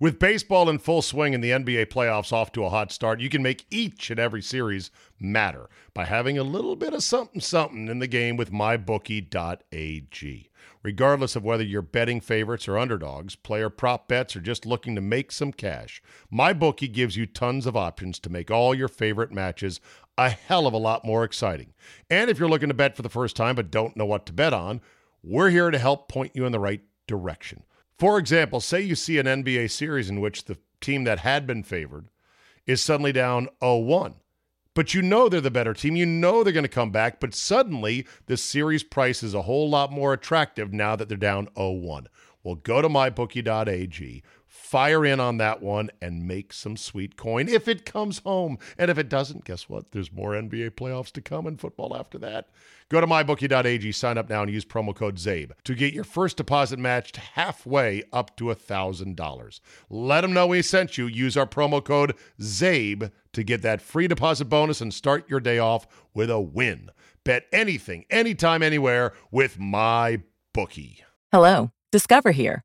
With baseball in full swing and the NBA playoffs off to a hot start, you can make each and every series matter by having a little bit of something something in the game with mybookie.ag. Regardless of whether you're betting favorites or underdogs, player prop bets, or just looking to make some cash, MyBookie gives you tons of options to make all your favorite matches a hell of a lot more exciting. And if you're looking to bet for the first time but don't know what to bet on, we're here to help point you in the right direction. For example, say you see an NBA series in which the team that had been favored is suddenly down 0 1, but you know they're the better team. You know they're going to come back, but suddenly the series price is a whole lot more attractive now that they're down 0 1. Well, go to mybookie.ag, fire in on that one, and make some sweet coin if it comes home. And if it doesn't, guess what? There's more NBA playoffs to come and football after that. Go to mybookie.ag, sign up now, and use promo code ZABE to get your first deposit matched halfway up to $1,000. Let them know we sent you. Use our promo code ZABE to get that free deposit bonus and start your day off with a win. Bet anything, anytime, anywhere with my bookie. Hello, Discover here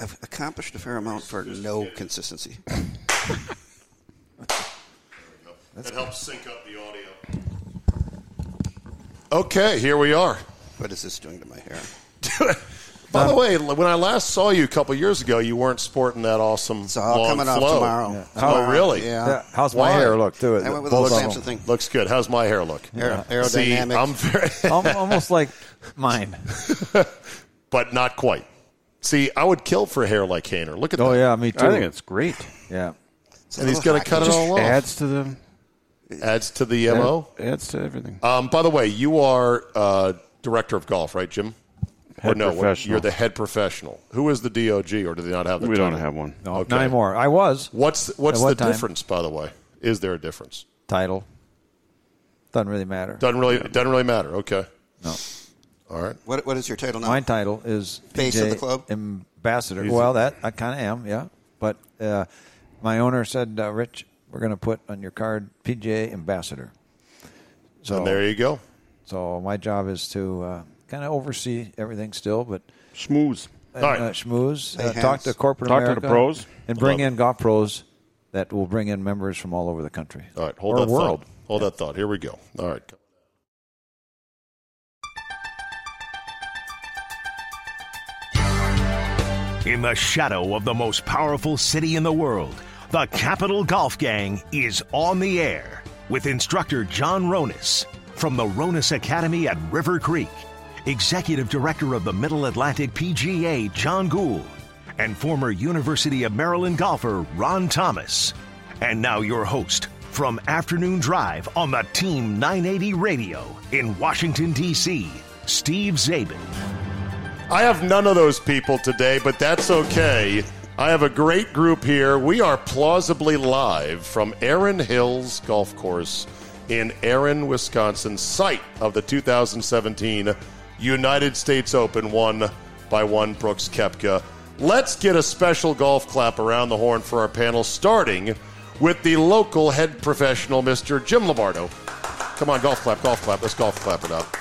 I've accomplished a fair amount for no consistency. that helps sync up the audio. Okay, here we are. What is this doing to my hair? By the way, l- when I last saw you a couple years ago, you weren't sporting that awesome It's all long coming off flow. tomorrow. Oh, Tomorrow, really? Yeah. Yeah, how's my Why? hair look too? I went with the Lord Both of Sampson them. thing. Looks good. How's my hair look? Aer- See, aerodynamic. I'm very, Al- Almost like mine. but not quite. See, I would kill for hair like Hainer. Look at Oh that. yeah, me too. I think it's great. yeah. It's a And he's little going hot. to cut it Just- all off. Adds to the Adds to the mo. Adds to everything. Um, by the way, you are uh, director of golf, right, Jim? or Head no, professional. you're the head professional. Who is the DOG, or do they not have the? we don't title? have one. Oh, No, Okay. not anymore. I was What's what's At what the time? difference? By the way, is there a difference? title. Doesn't really matter. Doesn't really doesn't really matter. Okay, No. all right. What, what is your title now? My title is Face PJ of the club? ambassador. well, that I kind of am, yeah. But uh, my owner said, uh, Rich, we're going to put on your card PJ ambassador. So And there you go. So my job is to uh, kind of oversee everything still, but Schmooze. All right. uh, schmooze, uh, Hey, talk Hans. to corporate Talk to the America, pros. and bring Love in golf pros that will bring in members from all over the country. All right, hold or that world. thought. Hold that thought. Here we go. All right. In the shadow of the most powerful city in the world, the Capital Golf Gang is on the air with instructor John Ronis from the Ronis Academy at River Creek, Executive Director of the Middle Atlantic PGA, John Gould, and former University of Maryland golfer Ron Thomas. And now your host from Afternoon Drive on the Team 980 Radio in Washington, D.C., Steve Zabin. I have none of those people today, but that's okay. I have a great group here. We are plausibly live from Erin Hills Golf Course in Erin, Wisconsin, site of the 2017 United States Open, won by one Brooks Kepka. Let's get a special golf clap around the horn for our panel, starting with the local head professional, Mr. Jim Lombardo. Come on, golf clap, golf clap. Let's golf clap it up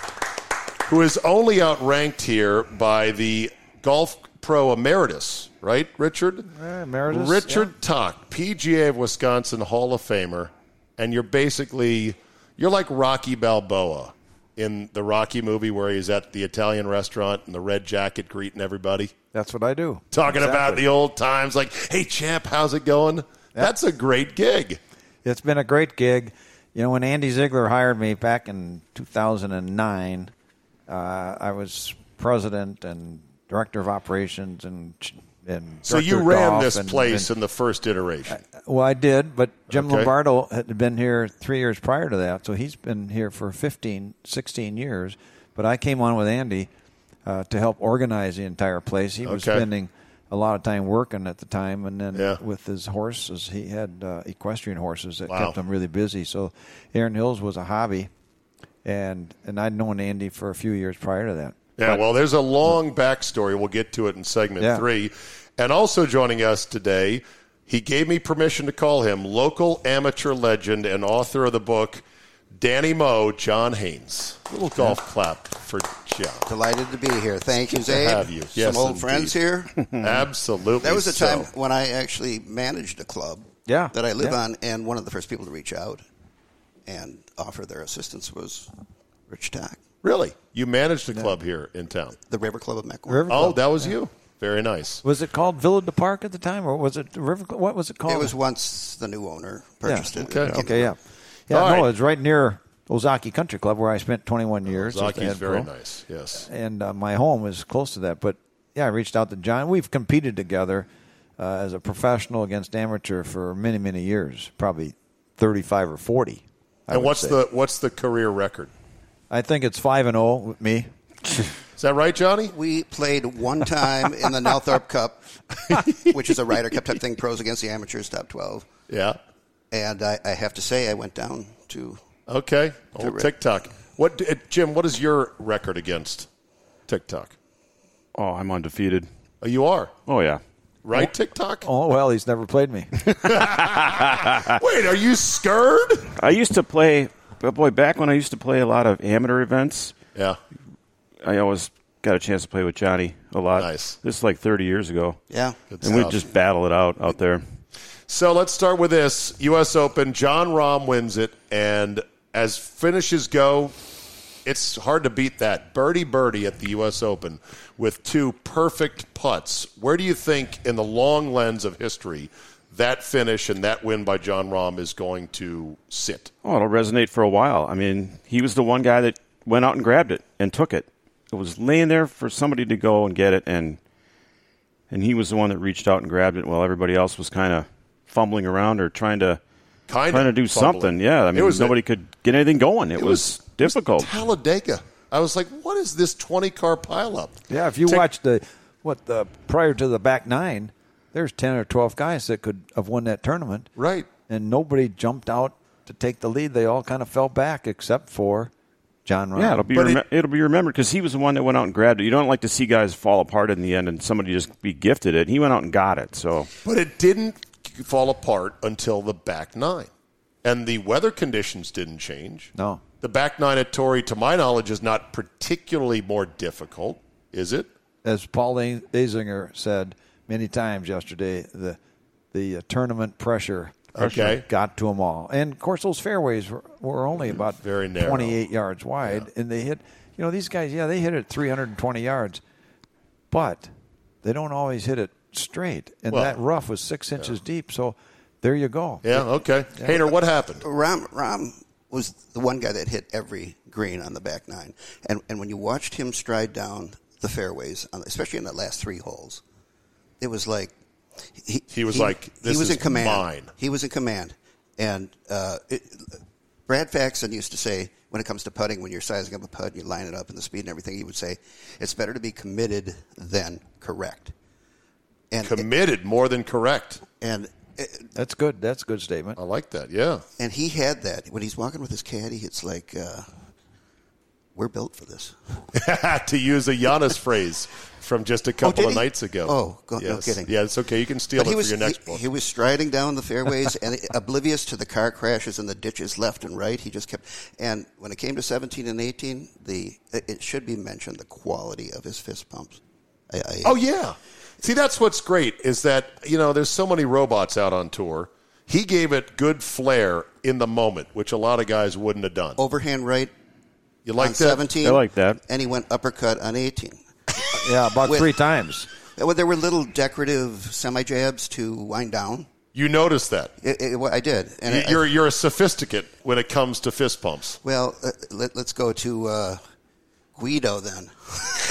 who is only outranked here by the golf pro emeritus, right, Richard? emeritus, Richard Tock, PGA of Wisconsin Hall of Famer, and you're basically you're like Rocky Balboa in the Rocky movie where he's at the Italian restaurant in the red jacket greeting everybody, That's what I do. talking about Exactly. the old times. Like, hey, champ, how's it going? That's a great gig. It's been a great gig. You know, when Andy Ziegler hired me back in 2009, uh, I was president and director of operations and and So you director of ran golf this and- place and- in the first iteration. well, I did, but Jim Okay. Lombardo had been here three years prior to that, so he's been here for 15, 16 years. But I came on with Andy uh, to help organize the entire place. He was Okay. spending a lot of time working at the time, and then Yeah. with his horses, he had uh, equestrian horses that Wow. kept him really busy. So Aaron Hills was a hobby, and and I'd known Andy for a few years prior to that. Yeah, well, there's a long backstory. We'll get to it in segment Yeah. three. And also joining us today, he gave me permission to call him local amateur legend and author of the book, Danny Moe, John Haynes. Little golf clap for John. Delighted to be here. Thank you, Zabe. have you. Yes, Some old indeed. friends here. Absolutely. That was a so. time when I actually managed a club Yeah, that I live yeah. on, and one of the first people to reach out and offer their assistance was Rich Tack, Really? You managed a club here in town. the River Club of Mequon. River Oh, Club. that was you. Very nice. was it called Villa de Park at the time, or was it the River? Club? What was it called? It was once the new owner purchased it. Okay. Okay, yeah. Yeah, All no, right. it's right near Ozaki Country Club where I spent 21 years. with Zaki's Ed very Pro. nice. Yes. And uh, my home is close to that. But yeah, I reached out to John. We've competed together uh, as a professional against amateur for many, many years, probably 35 or 40. I and would what's say. the what's the career record? I think it's 5 and 0 with me. Is that right, Johnny? We played one time in the Nelthorpe Cup, which is a Ryder Cup type thing, pros against the amateurs, top 12. Yeah. And I, I have to say, I went down to Okay. Old Rick. TikTok. What, uh, Jim? What is your record against TikTok? Oh, I'm undefeated. Oh, you are Oh yeah. right, TikTok. Oh, well, he's never played me. Wait, are you scared? I used to play. But boy, back when I used to play a lot of amateur events, Yeah. I always got a chance to play with Johnny a lot. Nice. This is like 30 years ago. yeah. and stuff. we'd just battle it out out there. So let's start with this U.S. Open. John Rahm wins it, and as finishes go, it's hard to beat that birdie birdie at the U.S. Open with two perfect putts. Where do you think, in the long lens of history, that finish and that win by John Rahm is going to sit? Oh, it'll resonate for a while. I mean, he was the one guy that went out and grabbed it and took it. It was laying there for somebody to go and get it, and and he was the one that reached out and grabbed it while everybody else was kind of fumbling around or trying to Kind trying to do something. Yeah, I mean, nobody could get anything going. It, was, difficult. Talladega. I was like, what is this 20 car pileup? yeah, if you Tick- watch the, what, the prior to the back nine, there's 10 or 12 guys that could have won that tournament. Right. and nobody jumped out to take the lead. They all kind of fell back except for John Ryan. yeah, it'll be But remem- it- it, will be remembered because he was the one that went out and grabbed it. You don't like to see guys fall apart in the end and somebody just be gifted it. He went out and got it. So But it didn't fall apart until the back nine. And the weather conditions didn't change. No. The back nine at Torrey, to my knowledge, is not particularly more difficult, is it? as Paul Azinger said many times yesterday, the the uh, tournament pressure Okay. Mm-hmm. got to them all. And of course, those fairways were, were only about Very narrow. 28 yards wide, and they hit. You know, these guys, yeah, they hit it 320 yards, but they don't always hit it straight. And Well, that rough was six inches deep, so there you go. Yeah, okay. Hayner, what happened? Rom Rom was the one guy that hit every green on the back nine, and and when you watched him stride down the fairways, on, especially in the last three holes, it was like he, He was like, "This he was is in command. mine." He was in command, and uh, it, Brad Faxon used to say when it comes to putting, when you're sizing up a putt, you line it up and the speed and everything, he would say it's better to be committed than correct. And Committed more than correct. and That's good. That's a good statement. I like that, yeah. And he had that when he's walking with his caddy. It's like uh, we're built for this. to use a Giannis phrase from just a couple did of he? nights ago. Oh, go- no Yes. kidding. Yeah, it's okay. You can steal But it was for your next he, book. he was striding down the fairways and oblivious to the car crashes and the ditches left and right. He just kept. And when it came to 17 and 18, the it it should be mentioned the quality of his fist pumps. I, I, Oh yeah. See, that's what's great is that you know there's so many robots out on tour. He gave it good flair in the moment, which a lot of guys wouldn't have done. overhand right You Oh, on like that? 17. I like that. And he went uppercut on 18. Yeah, about With- three times. Well, there were little decorative semi jabs to wind down. You noticed that. It, it, well, I did. And You- I- You're you're a sophisticate when it comes to fist pumps. well, uh, let, let's go to uh, Guido then.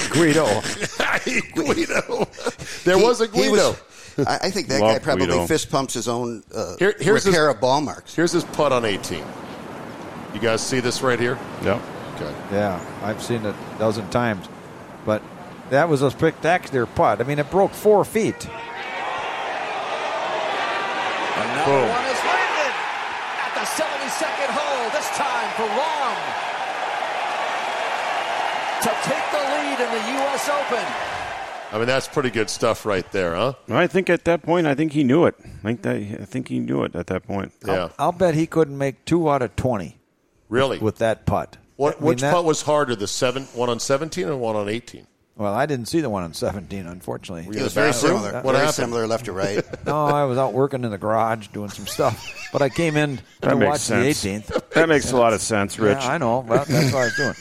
Guido. Guido. There He- was a he Guido. I, I think that Love guy probably Guido. fist pumps his own uh, Here- here's repair his- of ball marks. Here's his putt on 18. You guys see this right here? Yep. Okay. Yeah, I've seen it a dozen times. But that was a spectacular putt. I mean, it broke four feet. Another Boom. one is landed at the 72nd hole, this time for Rom. To take the lead in the U.S. Open. I mean, that's pretty good stuff right there, huh? Well, I think at that point, I think he knew it. I think that I think he knew it at that point. Yeah. I'll bet he couldn't make two out of 20 Really? with that putt. what, I mean, which that- putt was harder, the seven, one on 17 or one on 18? Well, I didn't see the one on 17, unfortunately. It was very bathroom? similar. What very happened? similar left to right. No, I was out working in the garage doing some stuff. But I came in to That makes watch sense. the 18th. That makes a lot of sense, Rich. Yeah, I know. Well, that's what I was doing.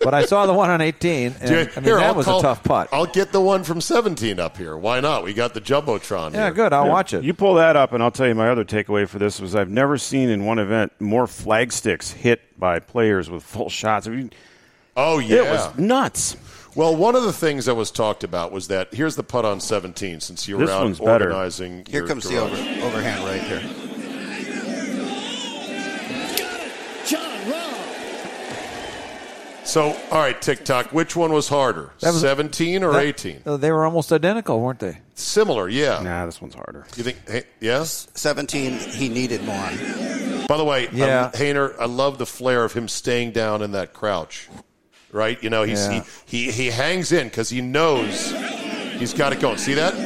But I saw the one on 18, and Here- I mean, here, that I'll was call- a tough putt. I'll get the one from 17 up here. Why not? We got the Jumbotron yeah, here. good. I'll watch it. You pull that up, and I'll tell you my other takeaway for this was I've never seen in one event more flag sticks hit by players with full shots. I mean, Oh, yeah. It was nuts. Well, one of the things that was talked about was that here's the putt on 17 since you were This out one's better. organizing. Here your comes the garage. over, overhand right here. John Rom. So, all right, TikTok, which one was harder, That was- 17 or That- 18? uh, They were almost identical, weren't they? Similar, yeah. Nah, this one's harder. You think, hey, yes? 17, he needed more. By the way, Yeah. um, Hayner, I love the flair of him staying down in that crouch. Right? You know, he's, Yeah. he, he, he hangs in because he knows he's got it going. See that?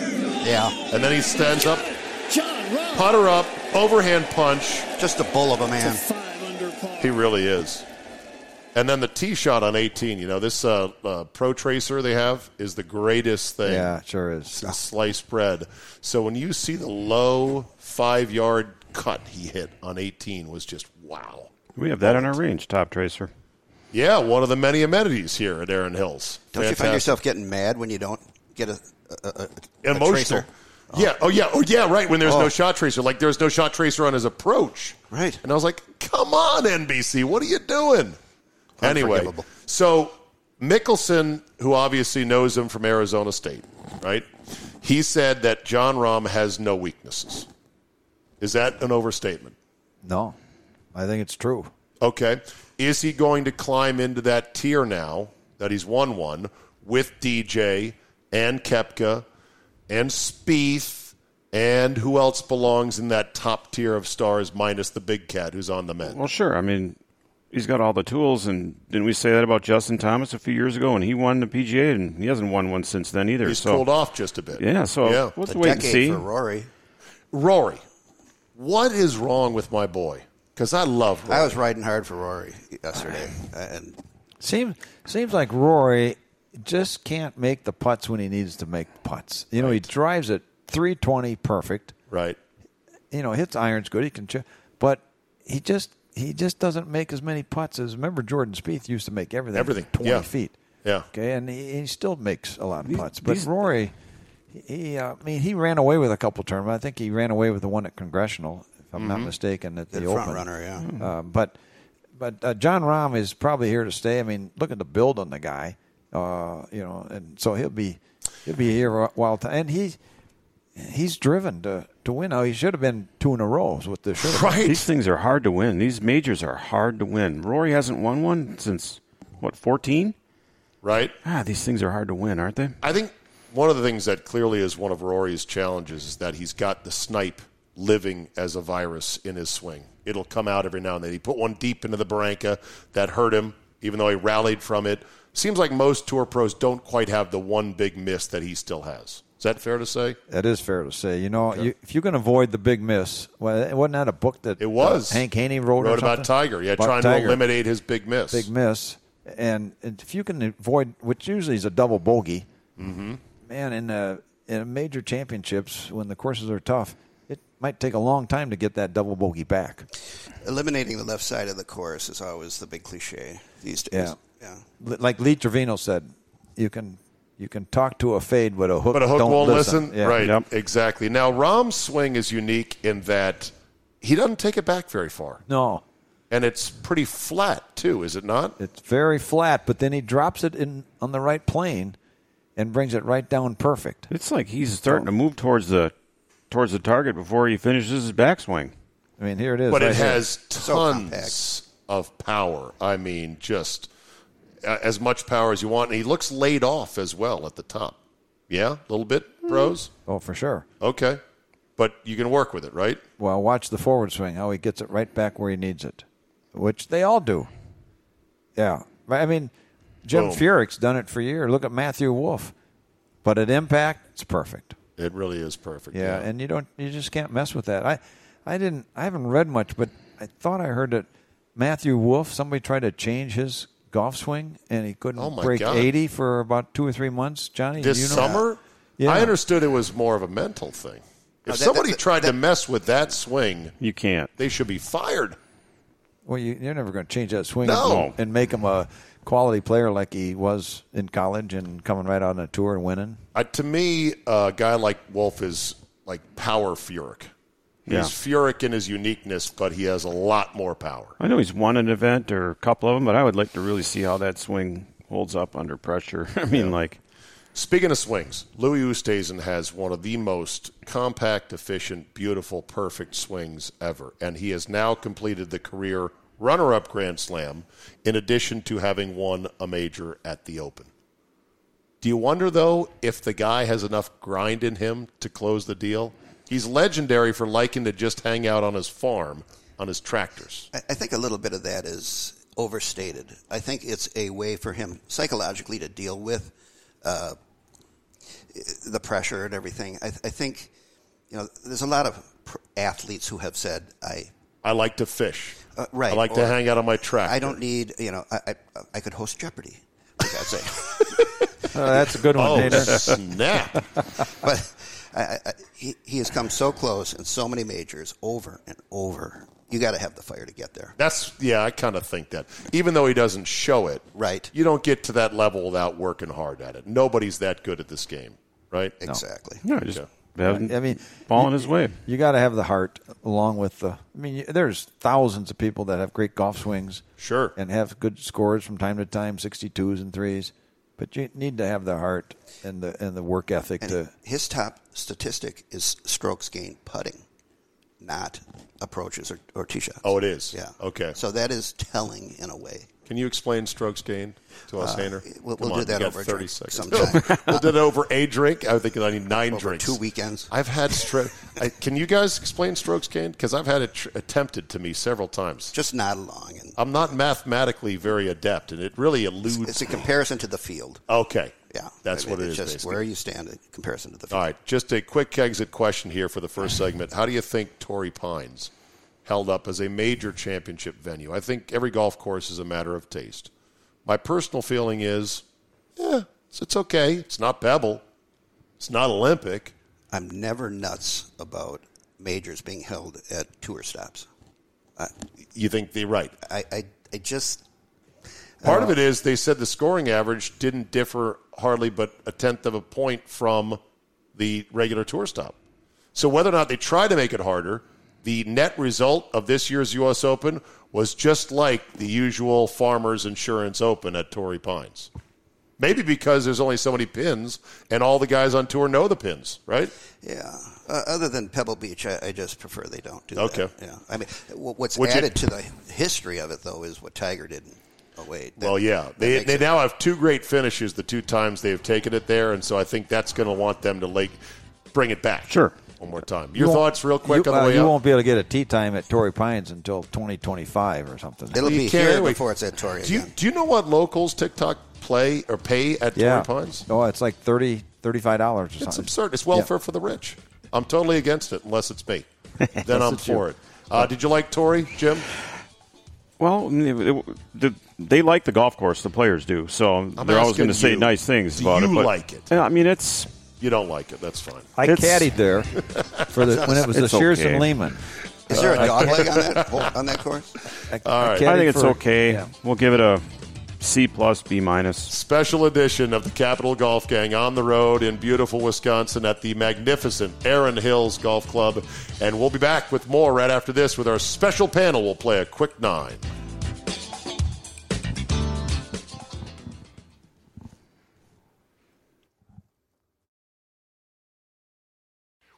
Yeah, And then he stands up, John Rom. putter up, overhand punch. just a bull of a man. Five under par. He really is. And then the tee shot on 18. You know, this uh, uh, pro tracer they have is the greatest thing. Yeah, it sure is. Sliced bread. So when you see the low five yard cut he hit on 18 was just wow. We have that in our range, top tracer. Yeah, one of the many amenities here at Aaron Hills. Don't you find yourself getting mad when you don't get a, a, a- a- a emotional? tracer? Yeah. Oh yeah. Oh yeah. Right. When there's no Oh. shot tracer, like there's no shot tracer on his approach. Right. And I was like, "Come on, NBC, what are you doing?" Anyway, Unforgivable. so Mickelson, who obviously knows him from Arizona State, right? He said that John Rahm has no weaknesses. Is that an overstatement? No, I think it's true. Okay. Is he going to climb into that tier now that he's won one with DJ and Kepka and Spieth and who else belongs in that top tier of stars minus the big cat who's on the men? Well, sure. I mean, he's got all the tools, and didn't we say that about Justin Thomas a few years ago? And he won the PGA, and he hasn't won one since then either. He's so cooled off just a bit. yeah, so Yeah. we'll have It's to a wait and decade see. for Rory. Rory, what is wrong with my boy? Because I love Rory. I was riding hard for Rory yesterday, and Seems seems like Rory just can't make the putts when he needs to make putts. You know, he drives it 320 perfect. right. You know, hits irons good. He can, ch- but he just he just doesn't make as many putts as remember Jordan Spieth used to make everything from Everything, 20 yeah. feet. Yeah. Okay, and he, he still makes a lot of putts. But these- Rory, he uh, I mean, he ran away with a couple tournaments. I think he ran away with the one at Congressional, if I'm not mistaken, at the, the Open. front runner, yeah. Hmm. Um, but but uh, John Rahm is probably here to stay. I mean, look at the build on the guy, uh, you know, and so he'll be he'll be here a while. T- and he he's driven to to win. Now he should have been two in a row is what this should. have been. Right. These things are hard to win. These majors are hard to win. Rory hasn't won one since what 14? Right. Ah, these things are hard to win, aren't they? I think one of the things that clearly is one of Rory's challenges is that he's got the snipe living as a virus in his swing. It'll come out every now and then. He put one deep into the Barranca that hurt him, even though he rallied from it. Seems like most tour pros don't quite have the one big miss that he still has. Is that fair to say? That is fair to say. You know, you, if you can avoid the big miss, well, wasn't that a book that It was. uh, Hank Haney wrote? or Wrote about something? Tiger. Yeah, About trying to Tiger. eliminate his big miss. big miss, and if you can avoid, which usually is a double bogey, Mm-hmm. man, in uh in major championships when the courses are tough, it might take a long time to get that double bogey back. eliminating the left side of the course is always the big cliche these days. Yeah. L- like Lee Trevino said, you can you can talk to a fade, but a hook But a hook don't won't listen. Yeah. Right. Yep. Exactly. Now, Rom's swing is unique in that he doesn't take it back very far. No, And it's pretty flat, too, is it not? it's very flat, but then he drops it in on the right plane and brings it right down perfect. It's like he's starting to move towards the towards the target before he finishes his backswing. I mean, here it is. But right it here. has compact. tons of power. I mean, just uh, as much power as you want. And he looks laid off as well at the top. Yeah, a little bit, bros? Oh, for sure. Okay. But you can work with it, right? Well, watch the forward swing, how he gets it right back where he needs it, which they all do. Yeah. But, I mean, Jim Boom. Furyk's done it for years. Look at Matthew Wolf. But at impact, it's perfect. It really is perfect. Yeah, and you don't you just can't mess with that. I I didn't I haven't read much, but I thought I heard that Matthew Wolf somebody tried to change his golf swing and he couldn't Oh, my break God. 80 for about 2 or 3 months, Johnny. this you know summer, Yeah. I understood it was more of a mental thing. If that- somebody that- tried to that- mess with that swing, You can't. they should be fired. Well, you, you're never going to change that swing No. and, and make him a quality player like he was in college and coming right on a tour and winning. Uh, to me, a guy like Wolf is like power Furyk. He's Yeah. Furyk in his uniqueness, but he has a lot more power. I know he's won an event or a couple of them, but I would like to really see how that swing holds up under pressure. I mean, like Speaking of swings, Louis Oosthuizen has one of the most compact, efficient, beautiful, perfect swings ever, and he has now completed the career runner-up Grand Slam, in addition to having won a major at the Open. Do you wonder though if the guy has enough grind in him to close the deal? He's legendary for liking to just hang out on his farm on his tractors. I I think a little bit of that is overstated. I think it's a way for him psychologically to deal with uh, the pressure and everything. I, I think, you know, there's a lot of pr- athletes who have said, I, I like to fish. Uh, right, I like to or- hang out on my tractor. I don't need, you know, I, I, I could host Jeopardy. for God's sake. Uh, that's a good one, Oh Dater. snap! but I, I, I- he, he has come so close in so many majors over and over. You got to have the fire to get there. That's yeah, I kind of think that. Even though he doesn't show it, Right. You don't get to that level without working hard at it. Nobody's that good at this game, right? Exactly. no, just haven't I mean, fallen his way. You got to have the heart along with the. I mean, you- there's thousands of people that have great golf swings. Sure. And have good scores from time to time, 62s and threes. But you need to have the heart and the and the work ethic And to. his top statistic is strokes gained putting, not approaches or, or tee shots. Oh, it is. Yeah. Okay. So that is telling in a way. Can you explain strokes gained to us, Hainer? Uh, we'll- Come we'll on, do that you got over a 30 drink seconds. sometime. we'll do that over a drink. I think I need nine Over drinks. two weekends. I've had stroke. can you guys explain strokes gained? Because I've had it tr- attempted to me several times. Just nod along, and I'm not mathematically very adept, and it really eludes. it's a me. comparison to the field. okay. Yeah, that's I mean, what it it's is. Just basically. where you stand in comparison to the All field. right, just a quick exit question here for the first segment. How do you think Torrey Pines held up as a major championship venue? I think every golf course is a matter of taste. My personal feeling is, yeah, it's, it's okay. It's not Pebble. It's not Olympic. I'm never nuts about majors being held at tour stops. You think they're right. I, I, I just Part of it is they said the scoring average didn't differ hardly but a tenth of a point from the regular tour stop. So whether or not they try to make it harder, the net result of this year's U.S. Open was just like the usual Farmers Insurance Open at Torrey Pines. Maybe because there's only so many pins, and all the guys on tour know the pins, right? Yeah. Uh, other than Pebble Beach, I, I just prefer they don't do Okay. that. Yeah. I mean, wh- what's Would you- added to the history of it though is what Tiger did. in 08. That- well, yeah, that they makes they it- now have two great finishes the two times they have taken it there, and so I think that's going to want them to like bring it back. Sure. one more time. Your You won't- thoughts, real quick, you, on the uh, way you up. won't be able to get a tea time at Torrey Pines until 2025 or something. It'll You be can't here wait. before it's at Torrey. Do you again. do you know what locals TikTok play or pay at yeah. Torrey Pines? Oh, it's like 30 $35 or something. It's absurd. It's welfare for the rich. I'm totally against it unless it's me. then I'm it's you. for it. Uh, did you like Tory, Jim? Well, I mean, it- it- the- they like the golf course. The players do, so they're always asking going to say you. nice things Do about it. you but- like it? Yeah, I mean, it's You don't like it. That's fine. I It's- caddied there for the, when it was the It's Shearson okay. Lehman. Is Uh, there a dog leg on that hole- on that course? I, right. caddied I think it's for- okay. yeah. We'll give it a C plus, B minus. Special edition of the Capital Golf Gang on the road in beautiful Wisconsin at the magnificent Aaron Hills Golf Club. And we'll be back with more right after this with our special panel. We'll play a quick nine.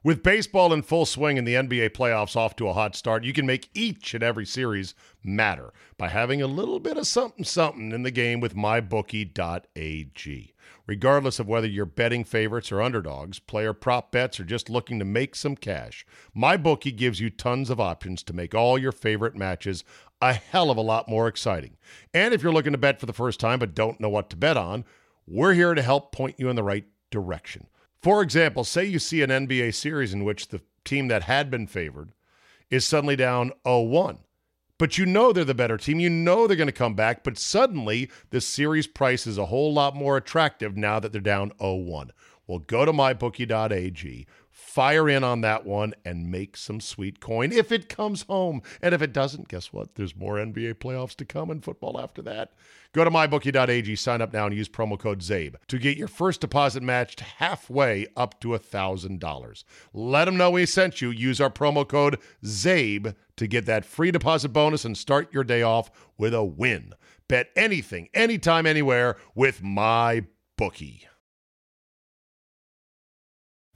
With baseball in full swing and the NBA playoffs off to a hot start, you can make each and every series matter by having a little bit of something something in the game with mybookie.ag. Regardless of whether you're betting favorites or underdogs, player prop bets, or just looking to make some cash, MyBookie gives you tons of options to make all your favorite matches a hell of a lot more exciting. And if you're looking to bet for the first time but don't know what to bet on, we're here to help point you in the right direction. For example, say you see an NBA series in which the team that had been favored is suddenly down 0 1, but you know they're the better team. You know they're going to come back, but suddenly the series price is a whole lot more attractive now that they're down 0 1. Well, go to mybookie.ag, fire in on that one, and make some sweet coin if it comes home. And if it doesn't, guess what? There's more NBA playoffs to come and football after that. Go to mybookie.ag, sign up now, and use promo code ZABE to get your first deposit matched halfway up to $1,000. Let them know we sent you. Use our promo code ZABE to get that free deposit bonus and start your day off with a win. Bet anything, anytime, anywhere with my bookie.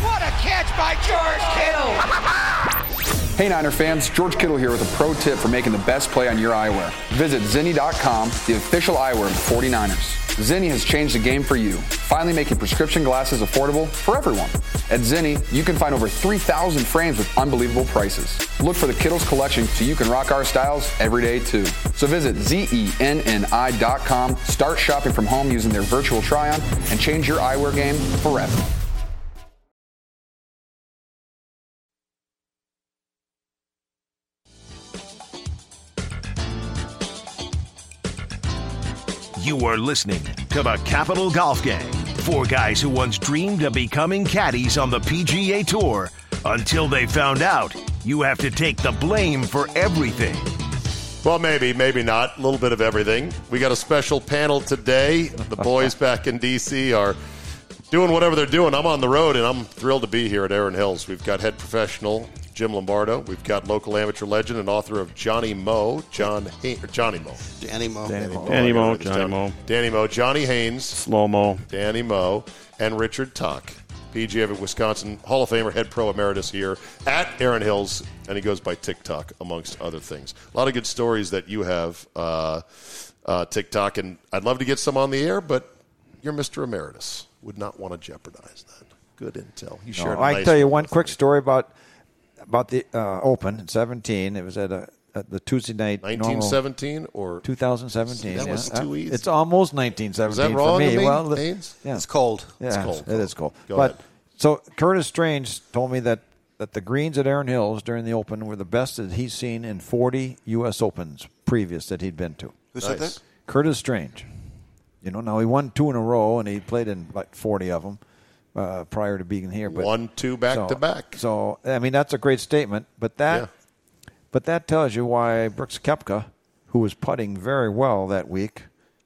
What a catch by George Kittle! Hey Niner fans, George Kittle here with a pro tip for making the best play on your eyewear. Visit Zinni.com, the official eyewear of the 49ers. Zinni has changed the game for you, finally making prescription glasses affordable for everyone. At Zinni, you can find over 3,000 frames with unbelievable prices. Look for the Kittle's collection so you can rock our styles every day too. So visit ZENNI.com, start shopping from home using their virtual try-on, and change your eyewear game forever. You are listening to the Capital Golf Gang, four guys who once dreamed of becoming caddies on the PGA Tour until they found out you have to take the blame for everything. Well, maybe, maybe not. A little bit of everything. We got a special panel today. The boys back in D.C. are doing whatever they're doing. I'm on the road, and I'm thrilled to be here at Aaron Hills. We've got head professional Jim Lombardo. We've got local amateur legend and author of Johnny Moe, John Hay- or Johnny Moe. Danny Mo. Danny Oh, Mo. Danny Mo, This Oh, Johnny time. Mo, Danny Mo, Johnny Haynes, slow mo. Danny Moe, and Richard Tuck, PGA of Wisconsin Hall of Famer, head pro emeritus here at Aaron Hills, and he goes by TikTok amongst other things. A lot of good stories that you have uh, uh, TikTok, and I'd love to get some on the air, but you're Mr. Emeritus. Would not want to jeopardize that. Good intel. You shared. No, a I nice can tell you one with quick me. story about about the uh, Open in seventeen. It was at, a, at the Tuesday night. normal- 1917 or 2017. That yeah. was too easy. It's almost 1917 Is that for wrong, me. Amin- well, the- Ains? yeah. It's cold. Yeah, It's cold. It is cold. Go but ahead. so Curtis Strange told me that that the greens at Aaron Hills during the Open were the best that he's seen in 40 U.S. Opens previous that he'd been to. Who said Nice. that? Curtis Strange. You know, now he won two in a row, and he played in like 40 of them uh, prior to being here. But Won two back so- to back. So I mean, that's a great statement. But that, Yeah. but that tells you why Brooks Kepka, who was putting very well that week,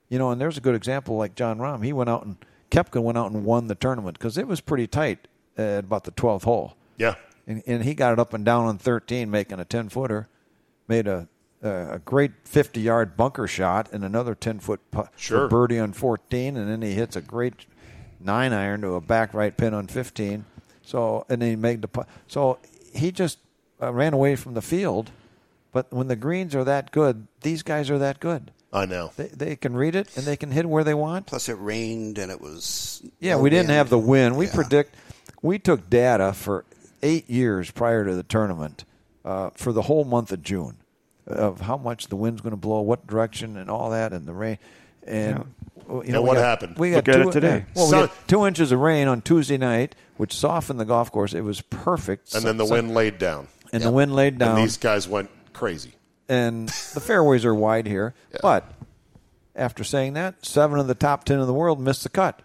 you know, and there's a good example like John Rahm. He went out and Kepka went out and won the tournament because it was pretty tight at about the 12th hole Yeah. and, and he got it up and down on 13, making a 10 footer, made a a great 50 yard bunker shot and another 10 foot putt Sure. for birdie on 14, and then he hits a great nine iron to a back right pin on 15. So and then he made the putt. So he just uh, ran away from the field. But when the greens are that good, these guys are that good. I know. They, they can read it and they can hit where they want. Plus, it rained and it was. Yeah, no we didn't wind. have the win. We Yeah. predict. We took data for eight years prior to the tournament uh, for the whole month of June. of how much the wind's going to blow, what direction, and all that, and the rain. And well, And we what got- happened? We got Look at two, it today. Well, we Sun- got two inches of rain on Tuesday night, which softened the golf course. It was perfect. and then the Sun- wind laid down. and the wind laid down And these guys went crazy. and the fairways are wide here. But after saying that, seven of the top ten in the world missed the cut,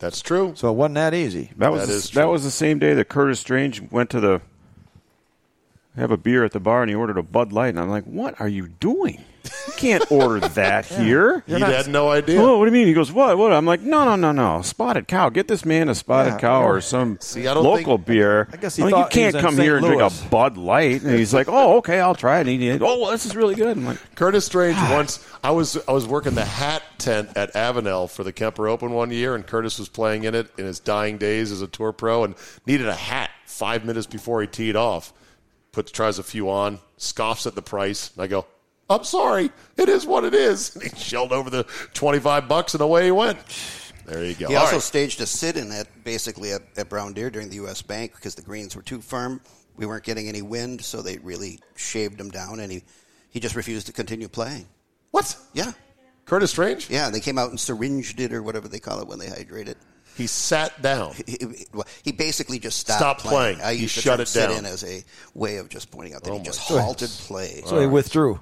That's true. so it wasn't that easy. That was That the- is true. that was the same day that Curtis Strange went to the have a beer at the bar and he ordered a Bud Light and I'm like, "What are you doing? You can't order that here." he had no idea. Oh, what do you mean? He goes, "What? What?" I'm like, "No, no, no, no. Spotted cow. Get this man a spotted Yeah, cow I or don't- some I don't local think- beer." I guess he I'm thought like, he "You was can't in come St. here and drink Louis." a Bud Light." And he's like, "Oh, okay, I'll try it." And he did. "Oh, well, this is really good." I'm like, Curtis Strange once I was I was working the hat tent at Avenel for the Kemper Open one year, and Curtis was playing in it in his dying days as a tour pro, and needed a hat five minutes before he teed off. Puts tries a few on, scoffs at the price, and I go, "I'm sorry, it is what it is." And he shelled over the twenty five bucks, and away he went. There you go. He All also right. staged a sit in at basically at, at Brown Deer during the U.S. Bank because the greens were too firm. We weren't getting any wind, so they really shaved him down, and he, he just refused to continue playing. what? Yeah. Curtis Strange? Yeah, they came out and syringed it or whatever they call it when they hydrate it. He sat down. He, he- well, he basically just stopped Stopped playing. playing. I He used to shut term it sit down. Oh in as a way of just pointing out that he just halted play. So he withdrew.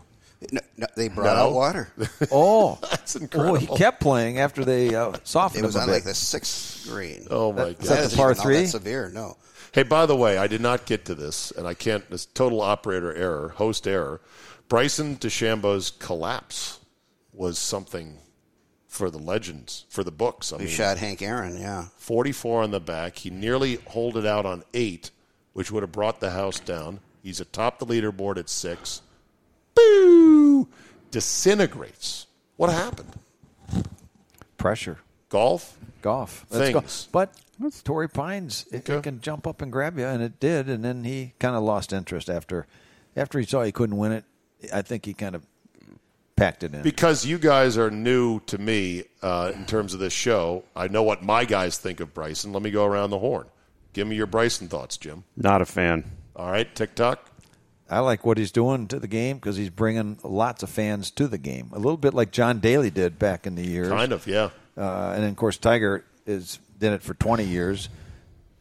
No, no, they brought No. out water. Oh, That's incredible. Oh, he kept playing after they uh, It softened was him a on bit. like the sixth green. Oh my Is god! that the isn't par even all three? that severe, no. Hey, by the way, I did not get to this, and I can't. This total operator error, host error. Bryson DeChambeau's collapse was something for the legends, for the books. I We mean, shot Hank Aaron, yeah. 44 on the back. He nearly holed it out on eight, which would have brought the house down. He's atop the leaderboard at six. Boo! Disintegrates. What happened? Pressure, Golf? golf. That's go- Things. But Torrey Pines, it, Okay. it can jump up and grab you, and it did. And then he kind of lost interest after after he saw he couldn't win it. I think he kind of packed it in. because you guys are new to me uh, in terms of this show, I know what my guys think of Bryson. Let me go around the horn. Give me your Bryson thoughts, Jim. "Not a fan." All right, TikTok. I like what he's doing to the game because he's bringing lots of fans to the game, a little bit like John Daly did back in the years. Kind of, yeah. Uh, and then, of course, Tiger is did it for 20 years.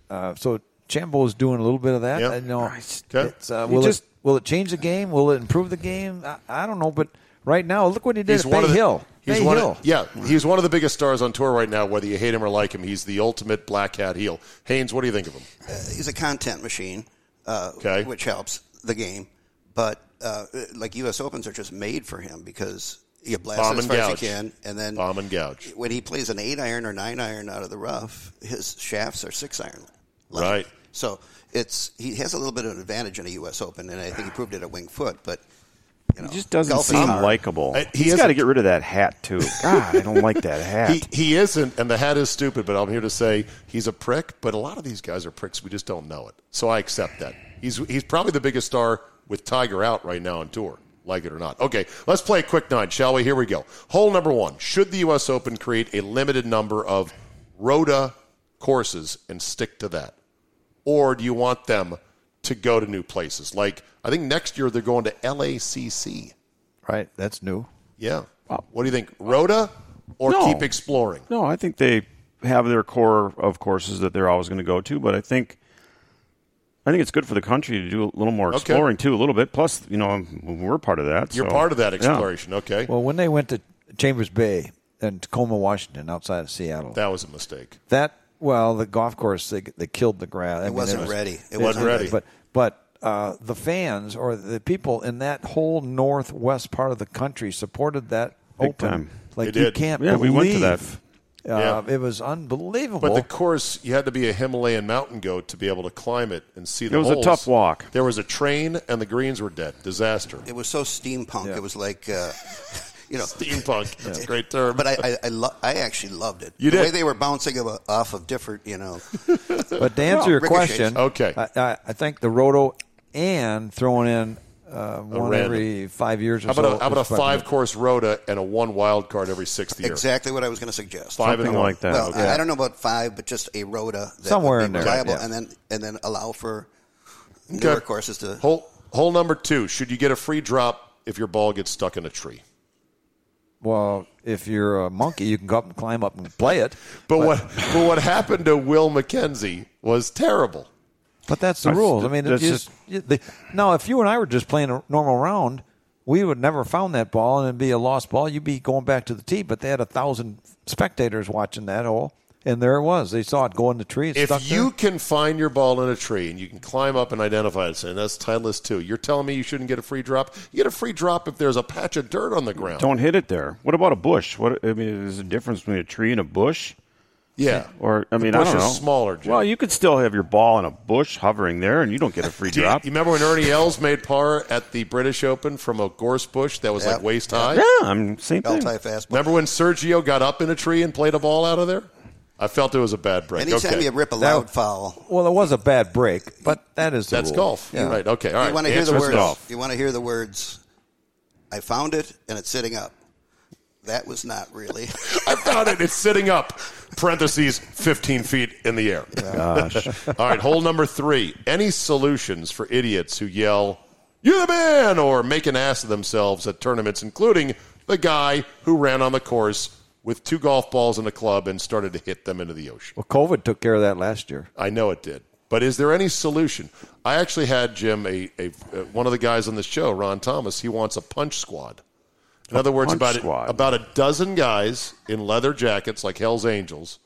Uh, so Chambo is doing a little bit of that. Yeah. I know. Okay. It's, uh, He will just- it will it change the game? Will it improve the game? I, I don't know, but right now, look what he did He's at one Bay of the, Hill. He's Bay one Hill. Of, yeah, he's one of the biggest stars on tour right now. Whether you hate him or like him, he's the ultimate black hat heel. Haynes, what do you think of him? he's a content machine, uh, Okay. which helps the game. But uh, like U.S. Opens are just made for him because you blast Bomb it as and far gouge. as you can, and then Bomb and gouge. When he plays an eight iron or nine iron out of the rough, his shafts are six iron. length. Right. So it's he has a little bit of an advantage in a U.S. Open, and I think he proved it at Wingfoot. But you know, He just doesn't golf is seem hard. likable. Uh, he he's got to isn't- get rid of that hat too. God, I don't like that hat. He, he isn't, and the hat is stupid, but I'm here to say he's a prick. But a lot of these guys are pricks. We just don't know it. So I accept that. He's, he's probably the biggest star with Tiger out right now on tour, like it or not. Okay, let's play a quick nine, shall we? Here we go. Hole number one Should the U.S. Open create a limited number of Rota courses and stick to that? Or do you want them to go to new places? Like, I think next year they're going to LACC. Right. That's new. Yeah. What do you think? Rota or No. keep exploring? No, I think they have their core of courses that they're always going to go to, but I think I think it's good for the country to do a little more Okay. exploring too, a little bit. Plus, you know, we're part of that. You're so- part of that yeah. exploration, okay? Well, when they went to Chambers Bay and Tacoma, Washington, outside of Seattle, that was a mistake. That well, the golf course they they killed the grass. I It mean, wasn't there was- ready. It there wasn't ready. But but uh, the fans or the people in that whole northwest part of the country supported that Big open. time. Like They you did. can't Yeah, we believe. went to that. Uh, Yeah. It was unbelievable. But the course, you had to be a Himalayan mountain goat to be able to climb it and see the It was a holes. tough walk. There was a train, and the greens were dead. Disaster. It was so steampunk. It was like uh, you know. Steampunk. That's a great term. But I, I, I, lo- I actually loved it. You the did. way they were bouncing of- off of different, you know, But to answer your ricochets. question, Okay. I, I, I think the roto and throwing in uh, one random. every five years or how about so. a, how about a is fucking- five course rota and a one wild card every sixth year? exactly what I was going to suggest. Five and Something one. like that. Well, okay. I don't know about five, but just a rota that Somewhere would be in there, reliable, yeah. and then and then allow for newer courses to. Hole, Hole number two. Should you get a free drop if your ball gets stuck in a tree? Well, if you're a monkey, you can go up and climb up and play it. But, what but what happened to Will McKenzie was terrible. But that's the That's- rules. I mean, that's it's just, the, no. If you and I were just playing a normal round, we would never found that ball, and it'd be a lost ball. You'd be going back to the tee. But they had a thousand spectators watching that hole, and there it was. They saw it go in the tree. It stuck If there. you can find your ball in a tree and you can climb up and identify it, and that's Titleist two. You're telling me you shouldn't get a free drop? You get a free drop if there's a patch of dirt on the ground. Don't hit it there. What about a bush? What I mean, is a difference between a tree and a bush? Yeah. Or I The mean, bush I don't is know. smaller, Jim. Well, you could still have your ball in a bush hovering there, and you don't get a free Do you, drop. you remember when Ernie Els made par at the British Open from a gorse bush that was Yeah. like waist high? yeah, I'm same thing. Multi fastball. Remember when Sergio got up in a tree and played a ball out of there? I felt it was a bad break. Anytime okay. you rip a loud foul, well, it was a bad break, but that is the That's rule. golf. Yeah. Right. Okay. All right. you want to hear the Answer is words. golf. You want to hear the words. I found it and it's sitting up. That was not really. I found it. It's sitting up. Parentheses, 15 feet in the air. Gosh. All right, hole number three. Any solutions for idiots who yell, You're the man! or make an ass of themselves at tournaments, including the guy who ran on the course with two golf balls and a club and started to hit them into the ocean. Well, COVID took care of that last year. I know it did. But is there any solution? I actually had Jim, a, a, uh, one of the guys on the show, Ron Thomas. He wants a punch squad. In other words, punch about squad. about a dozen guys in leather jackets like Hell's Angels,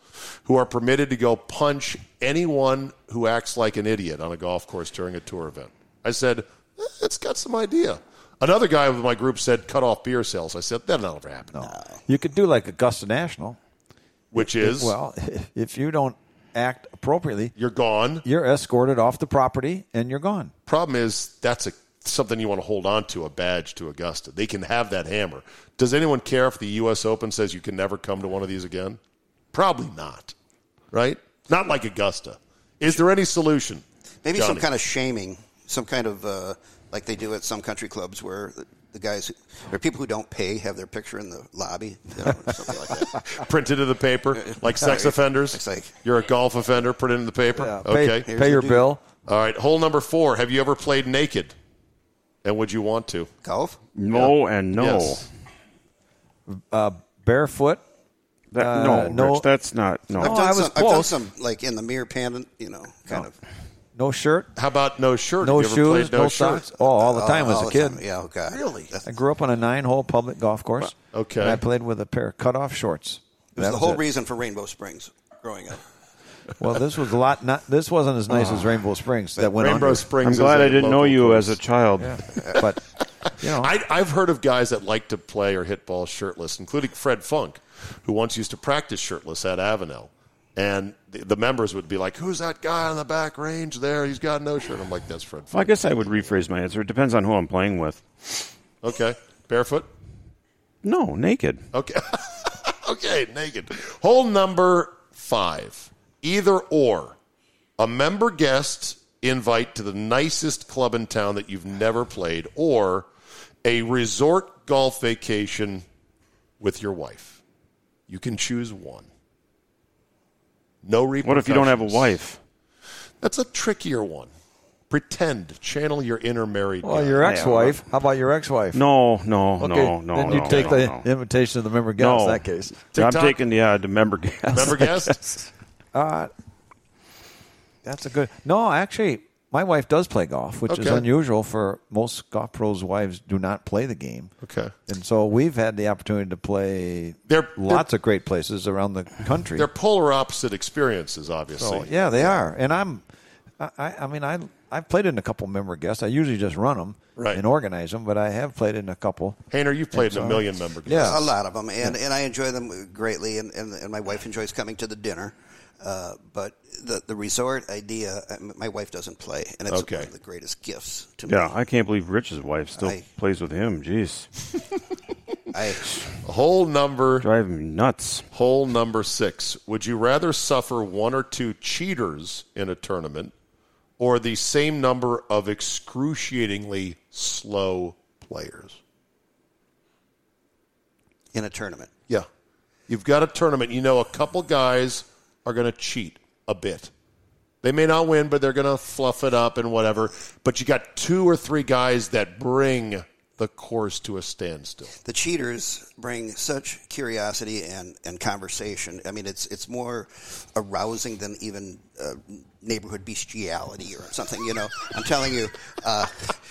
who are permitted to go punch anyone who acts like an idiot on a golf course during a tour event. I said, "Eh, it's got some idea. Another guy with my group said, cut off beer sales. I said, that'll never happen. You could do like Augusta National. Which is, Well, if you don't act appropriately, you're gone. you're escorted off the property and you're gone. problem is that's a something you want to hold on to a badge to augusta they can have that hammer does anyone care if the us open says you can never come to one of these again probably not right not like augusta is there any solution Maybe some Johnny? kind of shaming, some kind of uh, like they do at some country clubs where the, the guys who- or people who don't pay have their picture in the lobby, you know, or something like that. printed in the paper like sex offenders It's like- you're a golf offender put it in the paper Pay- okay Pay, your bill. all right hole number four have you ever played naked and would you want to Golf. no Oh, and no. Yes. Barefoot. That, Uh, no, no. Rich, that's not no. I've, Oh, I done was some, I've done close. Oh. some like in the mirror pan, you know, kind of. No shirt. how about no shirt No have you ever shoes. played no, No, shirt socks. Oh, all the time All as a the kid. time. Yeah, oh God. Really? That's, I grew up on a nine-hole public golf course. Okay. And I played with a pair of cut-off shorts. it was That the whole it. reason for Rainbow Springs growing up. Well, this was a lot. Not this wasn't as nice as Ah. Rainbow Springs that went rainbow under. springs I'm is glad a I didn't know local you place. as a child. but you know, I, I've heard of guys that like to play or hit balls shirtless, including Fred Funk, who once used to practice shirtless at Avenel. And the, the members would be like, "Who's that guy on the back range there? He's got no shirt." I'm like, "That's Fred Well, I Funk." guess I would rephrase my answer. It depends on who I'm playing with. Okay, barefoot. No, naked. Okay, okay, naked. Hole number five. Either or, a member guest invite to the nicest club in town that you've never played, or a resort golf vacation with your wife. You can choose one. No repercussions. What if you don't have a wife? That's a trickier one. Pretend, channel your inner married. well, guy. your ex-wife. How about your ex-wife? No, no, Okay, no, no. Then you no, take no, the no. invitation of the member guest. no. In that case, I'm TikTok? taking the uh, the member guest. member guest. Uh, that's a good. No, actually, my wife does play golf, which is Okay. unusual for most golf pros' wives do not play the game. Okay. And so we've had the opportunity to play They're- lots of great places around the country. They're polar opposite experiences, obviously. So, Oh, yeah, they are. And I'm, I- I, I mean, I I've played in a couple member guests. I usually just run them Right. and organize them, but I have played in a couple. Hayner, you've played in a so- million member guests. Yeah. A lot of them, and, and I enjoy them greatly, and, and, and my wife enjoys coming to the dinner. Uh, but the the resort idea, uh, m- my wife doesn't play, and it's Okay. one of the greatest gifts to Yeah, me. I can't believe Rich's wife still I- plays with him. Jeez, I, Hole number driving me nuts. Hole number six. Would you rather suffer one or two cheaters in a tournament or the same number of excruciatingly slow players? in a tournament. Yeah. You've got a tournament. You know, a couple guys are going to cheat a bit. They may not win, but they're going to fluff it up and whatever. But you got two or three guys that bring the course to a standstill. the cheaters bring such curiosity and, and conversation. I mean, it's it's more arousing than even uh, neighborhood bestiality or something. You know, I'm telling you, uh,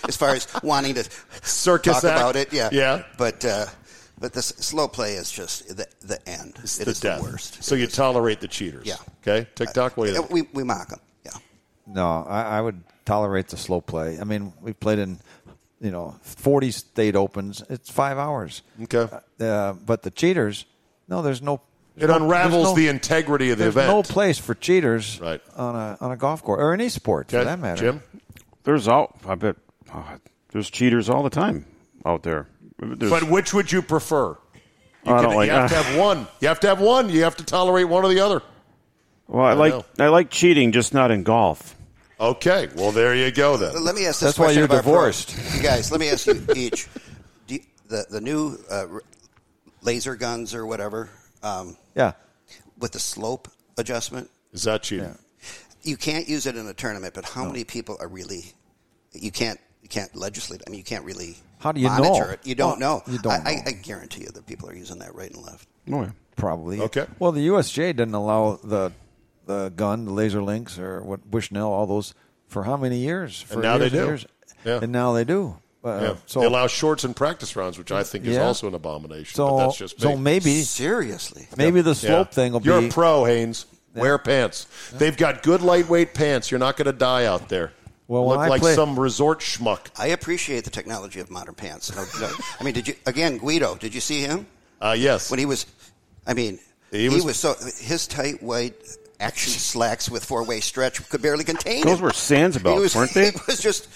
as far as wanting to Circus talk act? about it, yeah, Yeah. But uh, but the s- slow play is just the the end. It is the death. worst. So you tolerate the cheaters. Yeah. Okay. TikTok. What do you Uh, think? We we mock them. Yeah. No, I, I would tolerate the slow play. I mean, we played in, you know, 40 state opens. It's five hours. Okay. Uh, but the cheaters, no, there's no. It no- unravels there's no- the integrity of the there's event. no place for cheaters Right. on a on a golf course or any sport for Okay, that matter. Jim. There's all I bet oh, there's cheaters all the time out there. There's- But which would you prefer? You, I don't like- you have uh. to have one. You have to have one. You have to tolerate one or the other. well, I, like know. I like cheating, just not in golf. Okay. Well, there you go then. Let me ask this That's why question you're of our divorced. pros. You guys, let me ask you each. Do you- the, the new uh, r- laser guns or whatever um, Yeah. with the slope adjustment, Is that cheating? you can't use it in a tournament, but how many people are really, you can't, you can't legislate. I mean, you can't really How do you monitor know? it. You don't Well, know. you don't I, I, know. I guarantee you that people are using that right and left. Oh yeah. Probably. Okay. Well, the USJ didn't allow the the gun, the laser links, or what Bushnell, all those for how many years? For And now years they and do. years. Yeah. And now they do. Uh, Yeah. So they allow shorts and practice rounds, which I think is Yeah. also an abomination. so, but that's just me. so maybe Seriously. maybe the slope Yeah. thing will You're be a pro, Haynes. Wear pants. They've got good lightweight pants. You're not going to die out there. Well, You when look I like play- some resort schmuck. I appreciate the technology of modern pants. No, no. I mean, did you, again, Guido, did you see him? Uh, yes. when he was, I mean, He he, was- was, so his tight white action slacks with four way stretch could barely contain Those him. were Sands He belts, was- weren't they? It was just